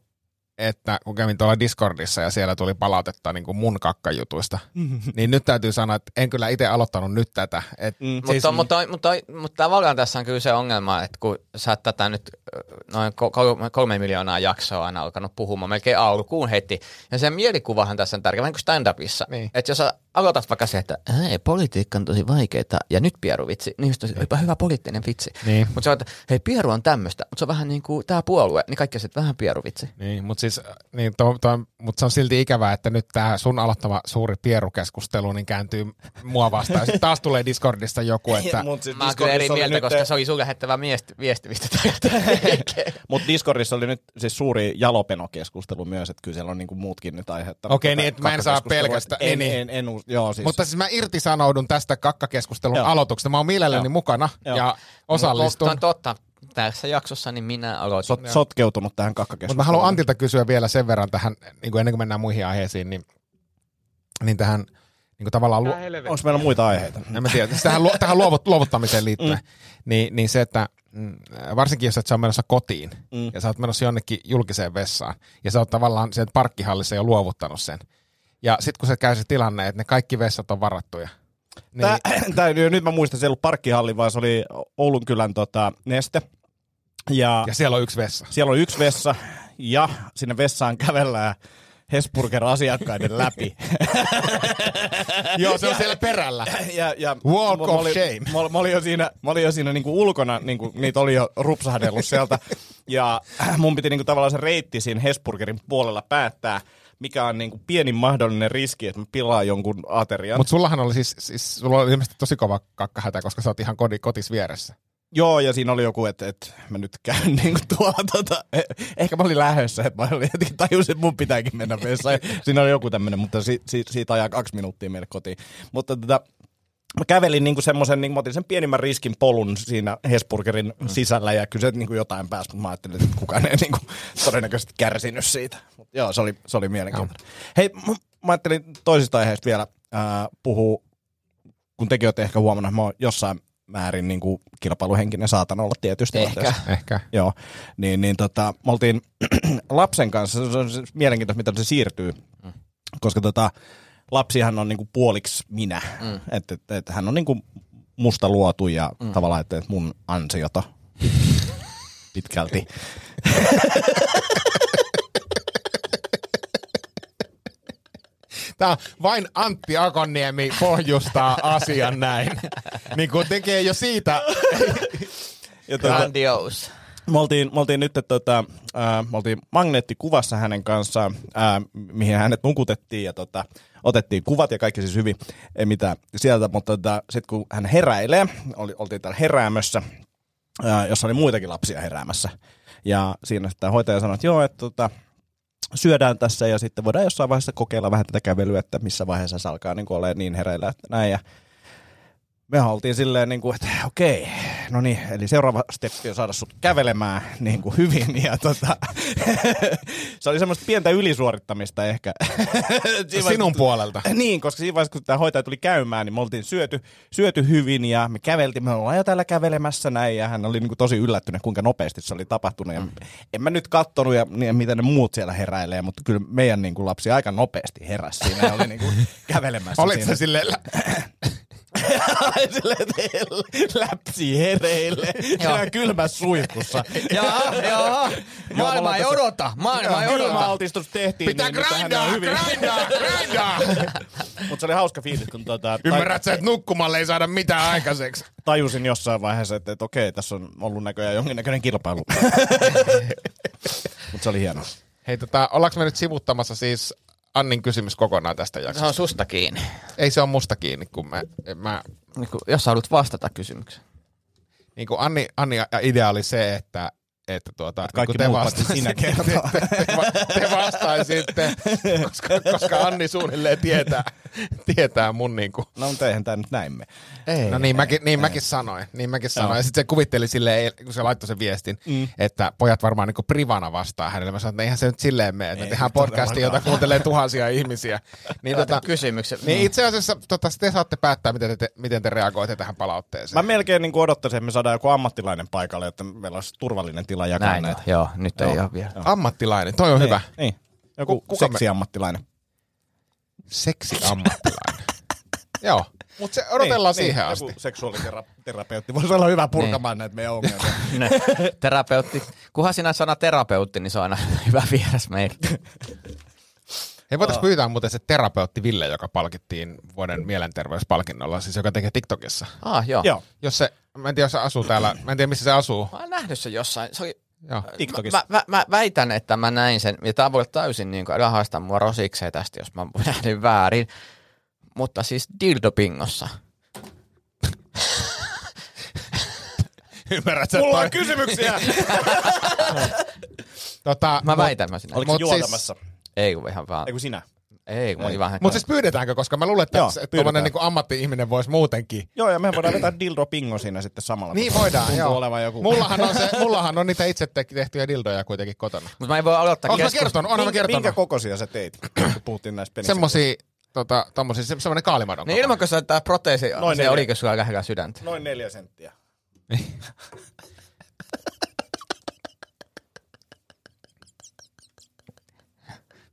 Speaker 7: että kun kävin tuolla Discordissa ja siellä tuli palautetta niin kuin mun kakkajutuista,
Speaker 6: Mm-hmm.
Speaker 7: niin nyt täytyy sanoa, että en kyllä itse aloittanut nyt tätä. Et, mm.
Speaker 5: Mutta, siis, mutta, mutta, mutta tavallaan tässä on kyllä se ongelma, että kun sä oot tätä nyt ö, noin ko- kolme, kolme miljoonaa jaksoa aina alkanut puhumaan, melkein alkuun heti. Ja se mielikuvahan tässä on tärkeä, vähän kuin stand-upissa. Niin. Että jos sä aloitat vaikka se, että hei, politiikka on tosi vaikeaa ja nyt Pieru vitsi, niin just olipa hyvä poliittinen vitsi. Niin. Mutta sä oot, hei Pieru on tämmöistä, mutta se on vähän niin kuin tämä puolue, niin kaikki on se, että vähän Pieru vitsi.
Speaker 7: Niin, mutta siis, äh, niin, to, to, mut se on silti ikävää, että nyt tämä sun aloittama suuri pierukeskustelu niin kääntyy mua vastaan. Sitten taas tulee Discordista joku, että
Speaker 6: Mut sit
Speaker 5: Mä oon kyllä
Speaker 6: Discordissa
Speaker 5: eri
Speaker 6: oli
Speaker 5: mieltä,
Speaker 6: nyt-
Speaker 5: koska se oli sun lähettävä miesti, viesti, mistä tää-
Speaker 6: Mutta Discordissa oli nyt siis suuri jalopeno-keskustelu myös, että kyllä siellä on niinku muutkin nyt aiheuttanut.
Speaker 7: Okei,
Speaker 6: tätä
Speaker 7: niin, että mä en saa
Speaker 6: kakkakeskustelua.
Speaker 7: pelkästään-
Speaker 6: En,
Speaker 7: niin,
Speaker 6: en,
Speaker 7: niin.
Speaker 6: en, en, us- joo, siis.
Speaker 7: Mutta siis mä irtisanoudun tästä kakkakeskustelun
Speaker 6: Joo.
Speaker 7: aloituksesta. Mä oon mielelläni
Speaker 6: Joo.
Speaker 7: mukana
Speaker 6: Joo.
Speaker 7: ja
Speaker 5: Mutta
Speaker 7: osallistun.
Speaker 5: on totta. Tässä jaksossa niin minä aloitin.
Speaker 6: Sot, sotkeutunut tähän kakkakeskusteluun.
Speaker 7: Mutta mä haluan Antilta kysyä vielä sen verran tähän, niin kuin ennen kuin mennään muihin aiheisiin, niin, niin tähän niin kuin tavallaan... Lu-
Speaker 6: Onko meillä muita aiheita?
Speaker 7: en mä tiedä, siis tähän, lu- tähän luovut, luovuttamiseen liittyen, niin, niin se, että mm, varsinkin jos et sä oot menossa kotiin
Speaker 6: Mm.
Speaker 7: ja sä oot menossa jonnekin julkiseen vessaan ja sä oot tavallaan sieltä parkkihallissa jo luovuttanut sen. Ja sit kun se käy se tilanne, että ne kaikki vessat on varattuja. Niin,
Speaker 6: Tää, tää, nyt mä muistan, se ei ollut parkkihalli, vaan se oli Oulun kylän tota, neste. Ja,
Speaker 7: ja siellä on yksi vessa.
Speaker 6: siellä on yksi vessa, ja sinne vessaan kävellään Hesburger asiakkaiden läpi.
Speaker 7: Joo, se on siellä perällä.
Speaker 6: ja, ja,
Speaker 7: Walk
Speaker 6: mä-
Speaker 7: of
Speaker 6: mä olin-
Speaker 7: shame.
Speaker 6: Mä, mä olin jo siinä, mä olin jo siinä niinku ulkona, niinku, niitä oli jo rupsahdellut sieltä. Ja mun piti niinku tavallaan se reitti siinä Hesburgerin puolella päättää, mikä on niinku pienin mahdollinen riski, että mä pilaan jonkun aterian.
Speaker 7: Mutta sullahan oli siis, siis, sulla oli ilmeisesti tosi kova kakkahätä, koska sä oot ihan kodi, kotis vieressä.
Speaker 6: Joo, ja siinä oli joku, että, että mä nyt käyn niin kuin tuolla, tota, eh, ehkä mä olin lähdössä, että mä olin jotenkin tajusin, että mun pitääkin mennä vessaan. Ja Siinä oli joku tämmöinen, mutta si, si, siitä ajaa kaksi minuuttia meille kotiin. Mutta tota, mä kävelin niin semmoisen, niin mä otin sen pienimmän riskin polun siinä Hesburgerin mm. sisällä, ja kyllä se niin kuin jotain pääsi, mutta mä ajattelin, että kukaan ei niin kuin, todennäköisesti kärsinyt siitä. Mut joo, se oli, se oli mielenkiintoinen. Hei, mä, mä ajattelin toisista aiheista vielä äh, puhua kun tekin olette ehkä huomannut, mä oon jossain määrin niin kuin kilpailuhenkinen saatan olla tietysti.
Speaker 5: Ehkä.
Speaker 7: Ehkä.
Speaker 6: Joo, niin, niin tota, me oltiin lapsen kanssa, se on se mielenkiintoista, miten se siirtyy, mm. koska tota, lapsihan on niin kuin puoliksi minä, mm. että et, et, hän on niin kuin musta luotu ja mm. tavallaan, että et mun ansiota pitkälti.
Speaker 7: Tää on vain Antti Akonniemi pohjustaa asian näin. Niin kun tekee jo siitä,
Speaker 6: Ja tota,
Speaker 5: Grandios.
Speaker 6: me oltiin, me oltiin nyt tota, ää, me oltiin magneettikuvassa hänen kanssaan, ää, mihin hänet nukutettiin ja tota, otettiin kuvat ja kaikki siis hyvin, ei mitään sieltä, mutta tota, sitten kun hän heräilee, oli, oltiin täällä heräämössä, ää, jossa oli muitakin lapsia heräämässä. Ja siinä sitten hoitaja sanoi, että joo, että tota, syödään tässä ja sitten voidaan jossain vaiheessa kokeilla vähän tätä kävelyä, että missä vaiheessa se alkaa niin olemaan niin hereillä, että näin. Ja me oltiin silleen, niin kuin, että okei, no niin, eli seuraava steppi on saada sut kävelemään niin kuin hyvin. Ja tota, se oli semmoista pientä ylisuorittamista ehkä. Siinä
Speaker 7: sinun
Speaker 6: vaiheessa-
Speaker 7: puolelta.
Speaker 6: niin, koska siinä vaiheessa, kun tämä hoitaja tuli käymään, niin me oltiin syöty, syöty hyvin ja me käveltiin, me ollaan jo täällä kävelemässä näin ja hän oli niin kuin tosi yllättynyt, kuinka nopeasti se oli tapahtunut. Ja en mä nyt kattonut, ja, ja miten ne muut siellä heräilee, mutta kyllä meidän niinku niin kuin lapsi aika nopeasti heräsi siinä ja oli niin kuin niinku kävelemässä.
Speaker 7: Olit
Speaker 6: siinä.
Speaker 7: sä silleen, lä-
Speaker 6: Silleen, että läpsi hereille. Siellä kylmässä suihkussa.
Speaker 5: Jaa, jaa. Maailma ei
Speaker 6: tässä-
Speaker 5: odota. Maailma ei odota.
Speaker 6: Kylmäaltistus tehtiin.
Speaker 7: Pitää
Speaker 6: nyt hän niin
Speaker 7: grindaa,
Speaker 6: on hyvin.
Speaker 7: grindaa, grindaa.
Speaker 6: Mutta se oli hauska fiilis, kun tota,
Speaker 7: Ymmärrät sä, että nukkumalle ei saada mitään aikaiseksi.
Speaker 6: tajusin jossain vaiheessa, että, että okei, tässä on ollut näköjään jonkinnäköinen kilpailu. Mutta se oli hieno.
Speaker 7: Hei, tota, ollaanko me nyt sivuttamassa siis Annin kysymys kokonaan tästä
Speaker 5: Se
Speaker 7: jaksosta?
Speaker 5: on susta kiinni.
Speaker 7: Ei se ole musta kiinni, kun mä, mä
Speaker 5: Niin kun, jos sä haluat vastata kysymykseen.
Speaker 7: niin kuin Anni, Anni idea oli se, että, että tuota,
Speaker 6: kaikki
Speaker 7: niin kuin te
Speaker 6: muut paitsi
Speaker 7: vastaisitte-
Speaker 6: sinä kertoo.
Speaker 7: Te, te, te, te vastaisitte, koska, koska Anni suunnilleen tietää, tietää mun niin kuin.
Speaker 6: No mutta eihän tämä nyt näimme.
Speaker 5: Ei.
Speaker 7: No niin, mäkin, niin mäkin sanoin. Niin mäkin sanoin. Ja sitten se kuvitteli silleen, kun se laittoi sen viestin, mm. että pojat varmaan niin kuin privana vastaa hänelle. Mä sanoin, että eihän se nyt silleen mene, että me tehdään podcastia, jota kuuntelee tuhansia ihmisiä. Niin, tota,
Speaker 5: Kysymyksen.
Speaker 7: niin itse asiassa tota, te saatte päättää, miten te, miten te reagoitte tähän palautteeseen.
Speaker 6: Mä melkein niin odottaisin, että me saadaan joku ammattilainen paikalle, että meillä olisi turvallinen tila jakaa
Speaker 5: Näin,
Speaker 6: näitä.
Speaker 5: joo, nyt ei ole vielä.
Speaker 7: Ammattilainen, toi on niin. hyvä.
Speaker 6: Niin. Joku
Speaker 7: Kuka
Speaker 6: Kuka
Speaker 7: me-
Speaker 6: seksiammattilainen.
Speaker 7: seksiammattilainen. Joo, mutta se odotellaan niin, siihen niin, asti.
Speaker 6: Joku seksuaaliterapeutti voisi olla hyvä purkamaan niin. näitä meidän ongelmia.
Speaker 5: Ne, terapeutti. Kunhan sinä sana terapeutti, niin se on aina hyvä vieras meille.
Speaker 7: Hei, voitaisiin pyytää muuten se terapeutti Ville, joka palkittiin vuoden mielenterveyspalkinnolla, siis joka tekee TikTokissa.
Speaker 5: Ah, joo.
Speaker 6: Joo,
Speaker 7: Jos se, mä en tiedä, jos se asuu täällä, mä en tiedä, missä se asuu.
Speaker 5: Mä oon nähnyt sen jossain. Se oli,
Speaker 7: Joo.
Speaker 6: TikTokissa.
Speaker 5: mä, mä, mä, väitän, että mä näin sen. Ja tää voi olla täysin niin kuin, rahasta mua rosikseen tästä, jos mä oon nähnyt väärin. Mutta siis Dildopingossa.
Speaker 7: Ymmärrät sä,
Speaker 6: Mulla
Speaker 7: toi?
Speaker 6: on kysymyksiä!
Speaker 7: Tota,
Speaker 5: Mä väitän, mä sinä.
Speaker 6: Oliko se
Speaker 7: Mut siis-
Speaker 6: juotamassa?
Speaker 5: Ei kun ihan vaan.
Speaker 6: Ei kun sinä.
Speaker 5: Ei kun mä olin
Speaker 6: Ei.
Speaker 5: vähän.
Speaker 7: Mutta siis pyydetäänkö, koska mä luulen, että,
Speaker 6: Joo,
Speaker 7: että
Speaker 6: pyydetään.
Speaker 7: tuommoinen niin ammatti-ihminen voisi muutenkin.
Speaker 6: Joo, ja mehän voidaan vetää dildo pingo siinä sitten samalla.
Speaker 7: Niin
Speaker 6: kun
Speaker 7: voidaan,
Speaker 6: tuntuu
Speaker 7: joo.
Speaker 6: olevan joku.
Speaker 7: Mullahan on, se, mullahan on niitä itse te- tehtyjä dildoja kuitenkin kotona.
Speaker 5: Mutta mä en voi aloittaa
Speaker 7: Onko mä
Speaker 5: keskustelua.
Speaker 7: kertonut? Onhan mä
Speaker 6: minkä, minkä
Speaker 7: kertonut.
Speaker 6: kokoisia sä teit, kun puhuttiin näistä penisistä?
Speaker 7: Semmosia, tota, tommosia, se- semmoinen kaalimadon
Speaker 5: Niin
Speaker 7: koko.
Speaker 5: ilman, kun sä tää proteesi,
Speaker 6: Noin
Speaker 5: Noin se
Speaker 6: neljä.
Speaker 5: oliko sulla aika hyvä sydäntä.
Speaker 6: Noin neljä senttiä.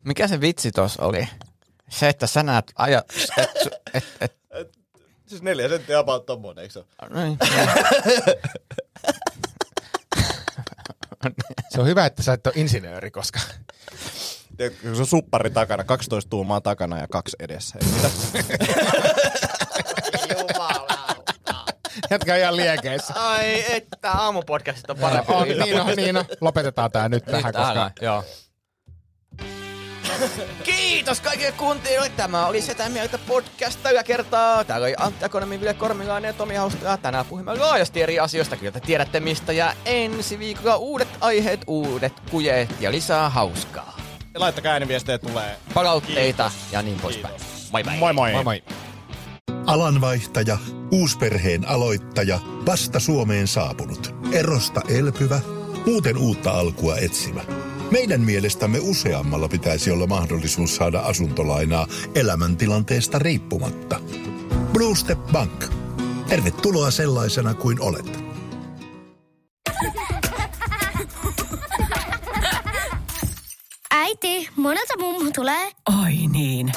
Speaker 5: Mikä se vitsi tos oli? Se, että sä näet aja... Et, su- et, et, niin.
Speaker 6: Siis neljä senttiä about tommonen, eikö se ole?
Speaker 5: noin.
Speaker 7: Se on hyvä, että sä et ole insinööri, koska
Speaker 6: Tiedätkö, kun se on suppari takana, 12 tuumaa takana ja kaksi edessä. Ei Mitä?
Speaker 7: jätkä on ihan liekeissä.
Speaker 5: Ai, että aamupodcastit on parempi.
Speaker 7: On, niin on, niin on. Lopetetaan tää nyt tähän, koska...
Speaker 5: Joo. Kiitos kaikille kuuntelijoille. Tämä oli Setä Mieltä podcast tällä kertaa. Täällä oli Antti Akonomi, Ville Kormilainen ja Tomi Haustila. Tänään puhumme laajasti eri asioista, kyllä te tiedätte mistä. Ja ensi viikolla uudet aiheet, uudet kujeet ja lisää hauskaa.
Speaker 6: Laittakaa ääniviestejä tulee.
Speaker 5: Palautteita ja niin poispäin. Moi moi.
Speaker 6: Moi moi.
Speaker 7: Moi moi.
Speaker 12: Alanvaihtaja, uusperheen aloittaja, vasta Suomeen saapunut, erosta elpyvä, muuten uutta alkua etsimä. Meidän mielestämme useammalla pitäisi olla mahdollisuus saada asuntolainaa elämäntilanteesta riippumatta. Blue Step Bank. Tervetuloa sellaisena kuin olet.
Speaker 13: Äiti, monelta mummu tulee?
Speaker 1: Ai niin.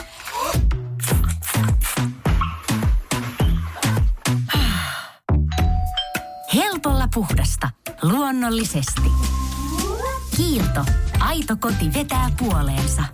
Speaker 1: Helpolla puhdasta. Luonnollisesti. Kiilto. Aito koti vetää puoleensa.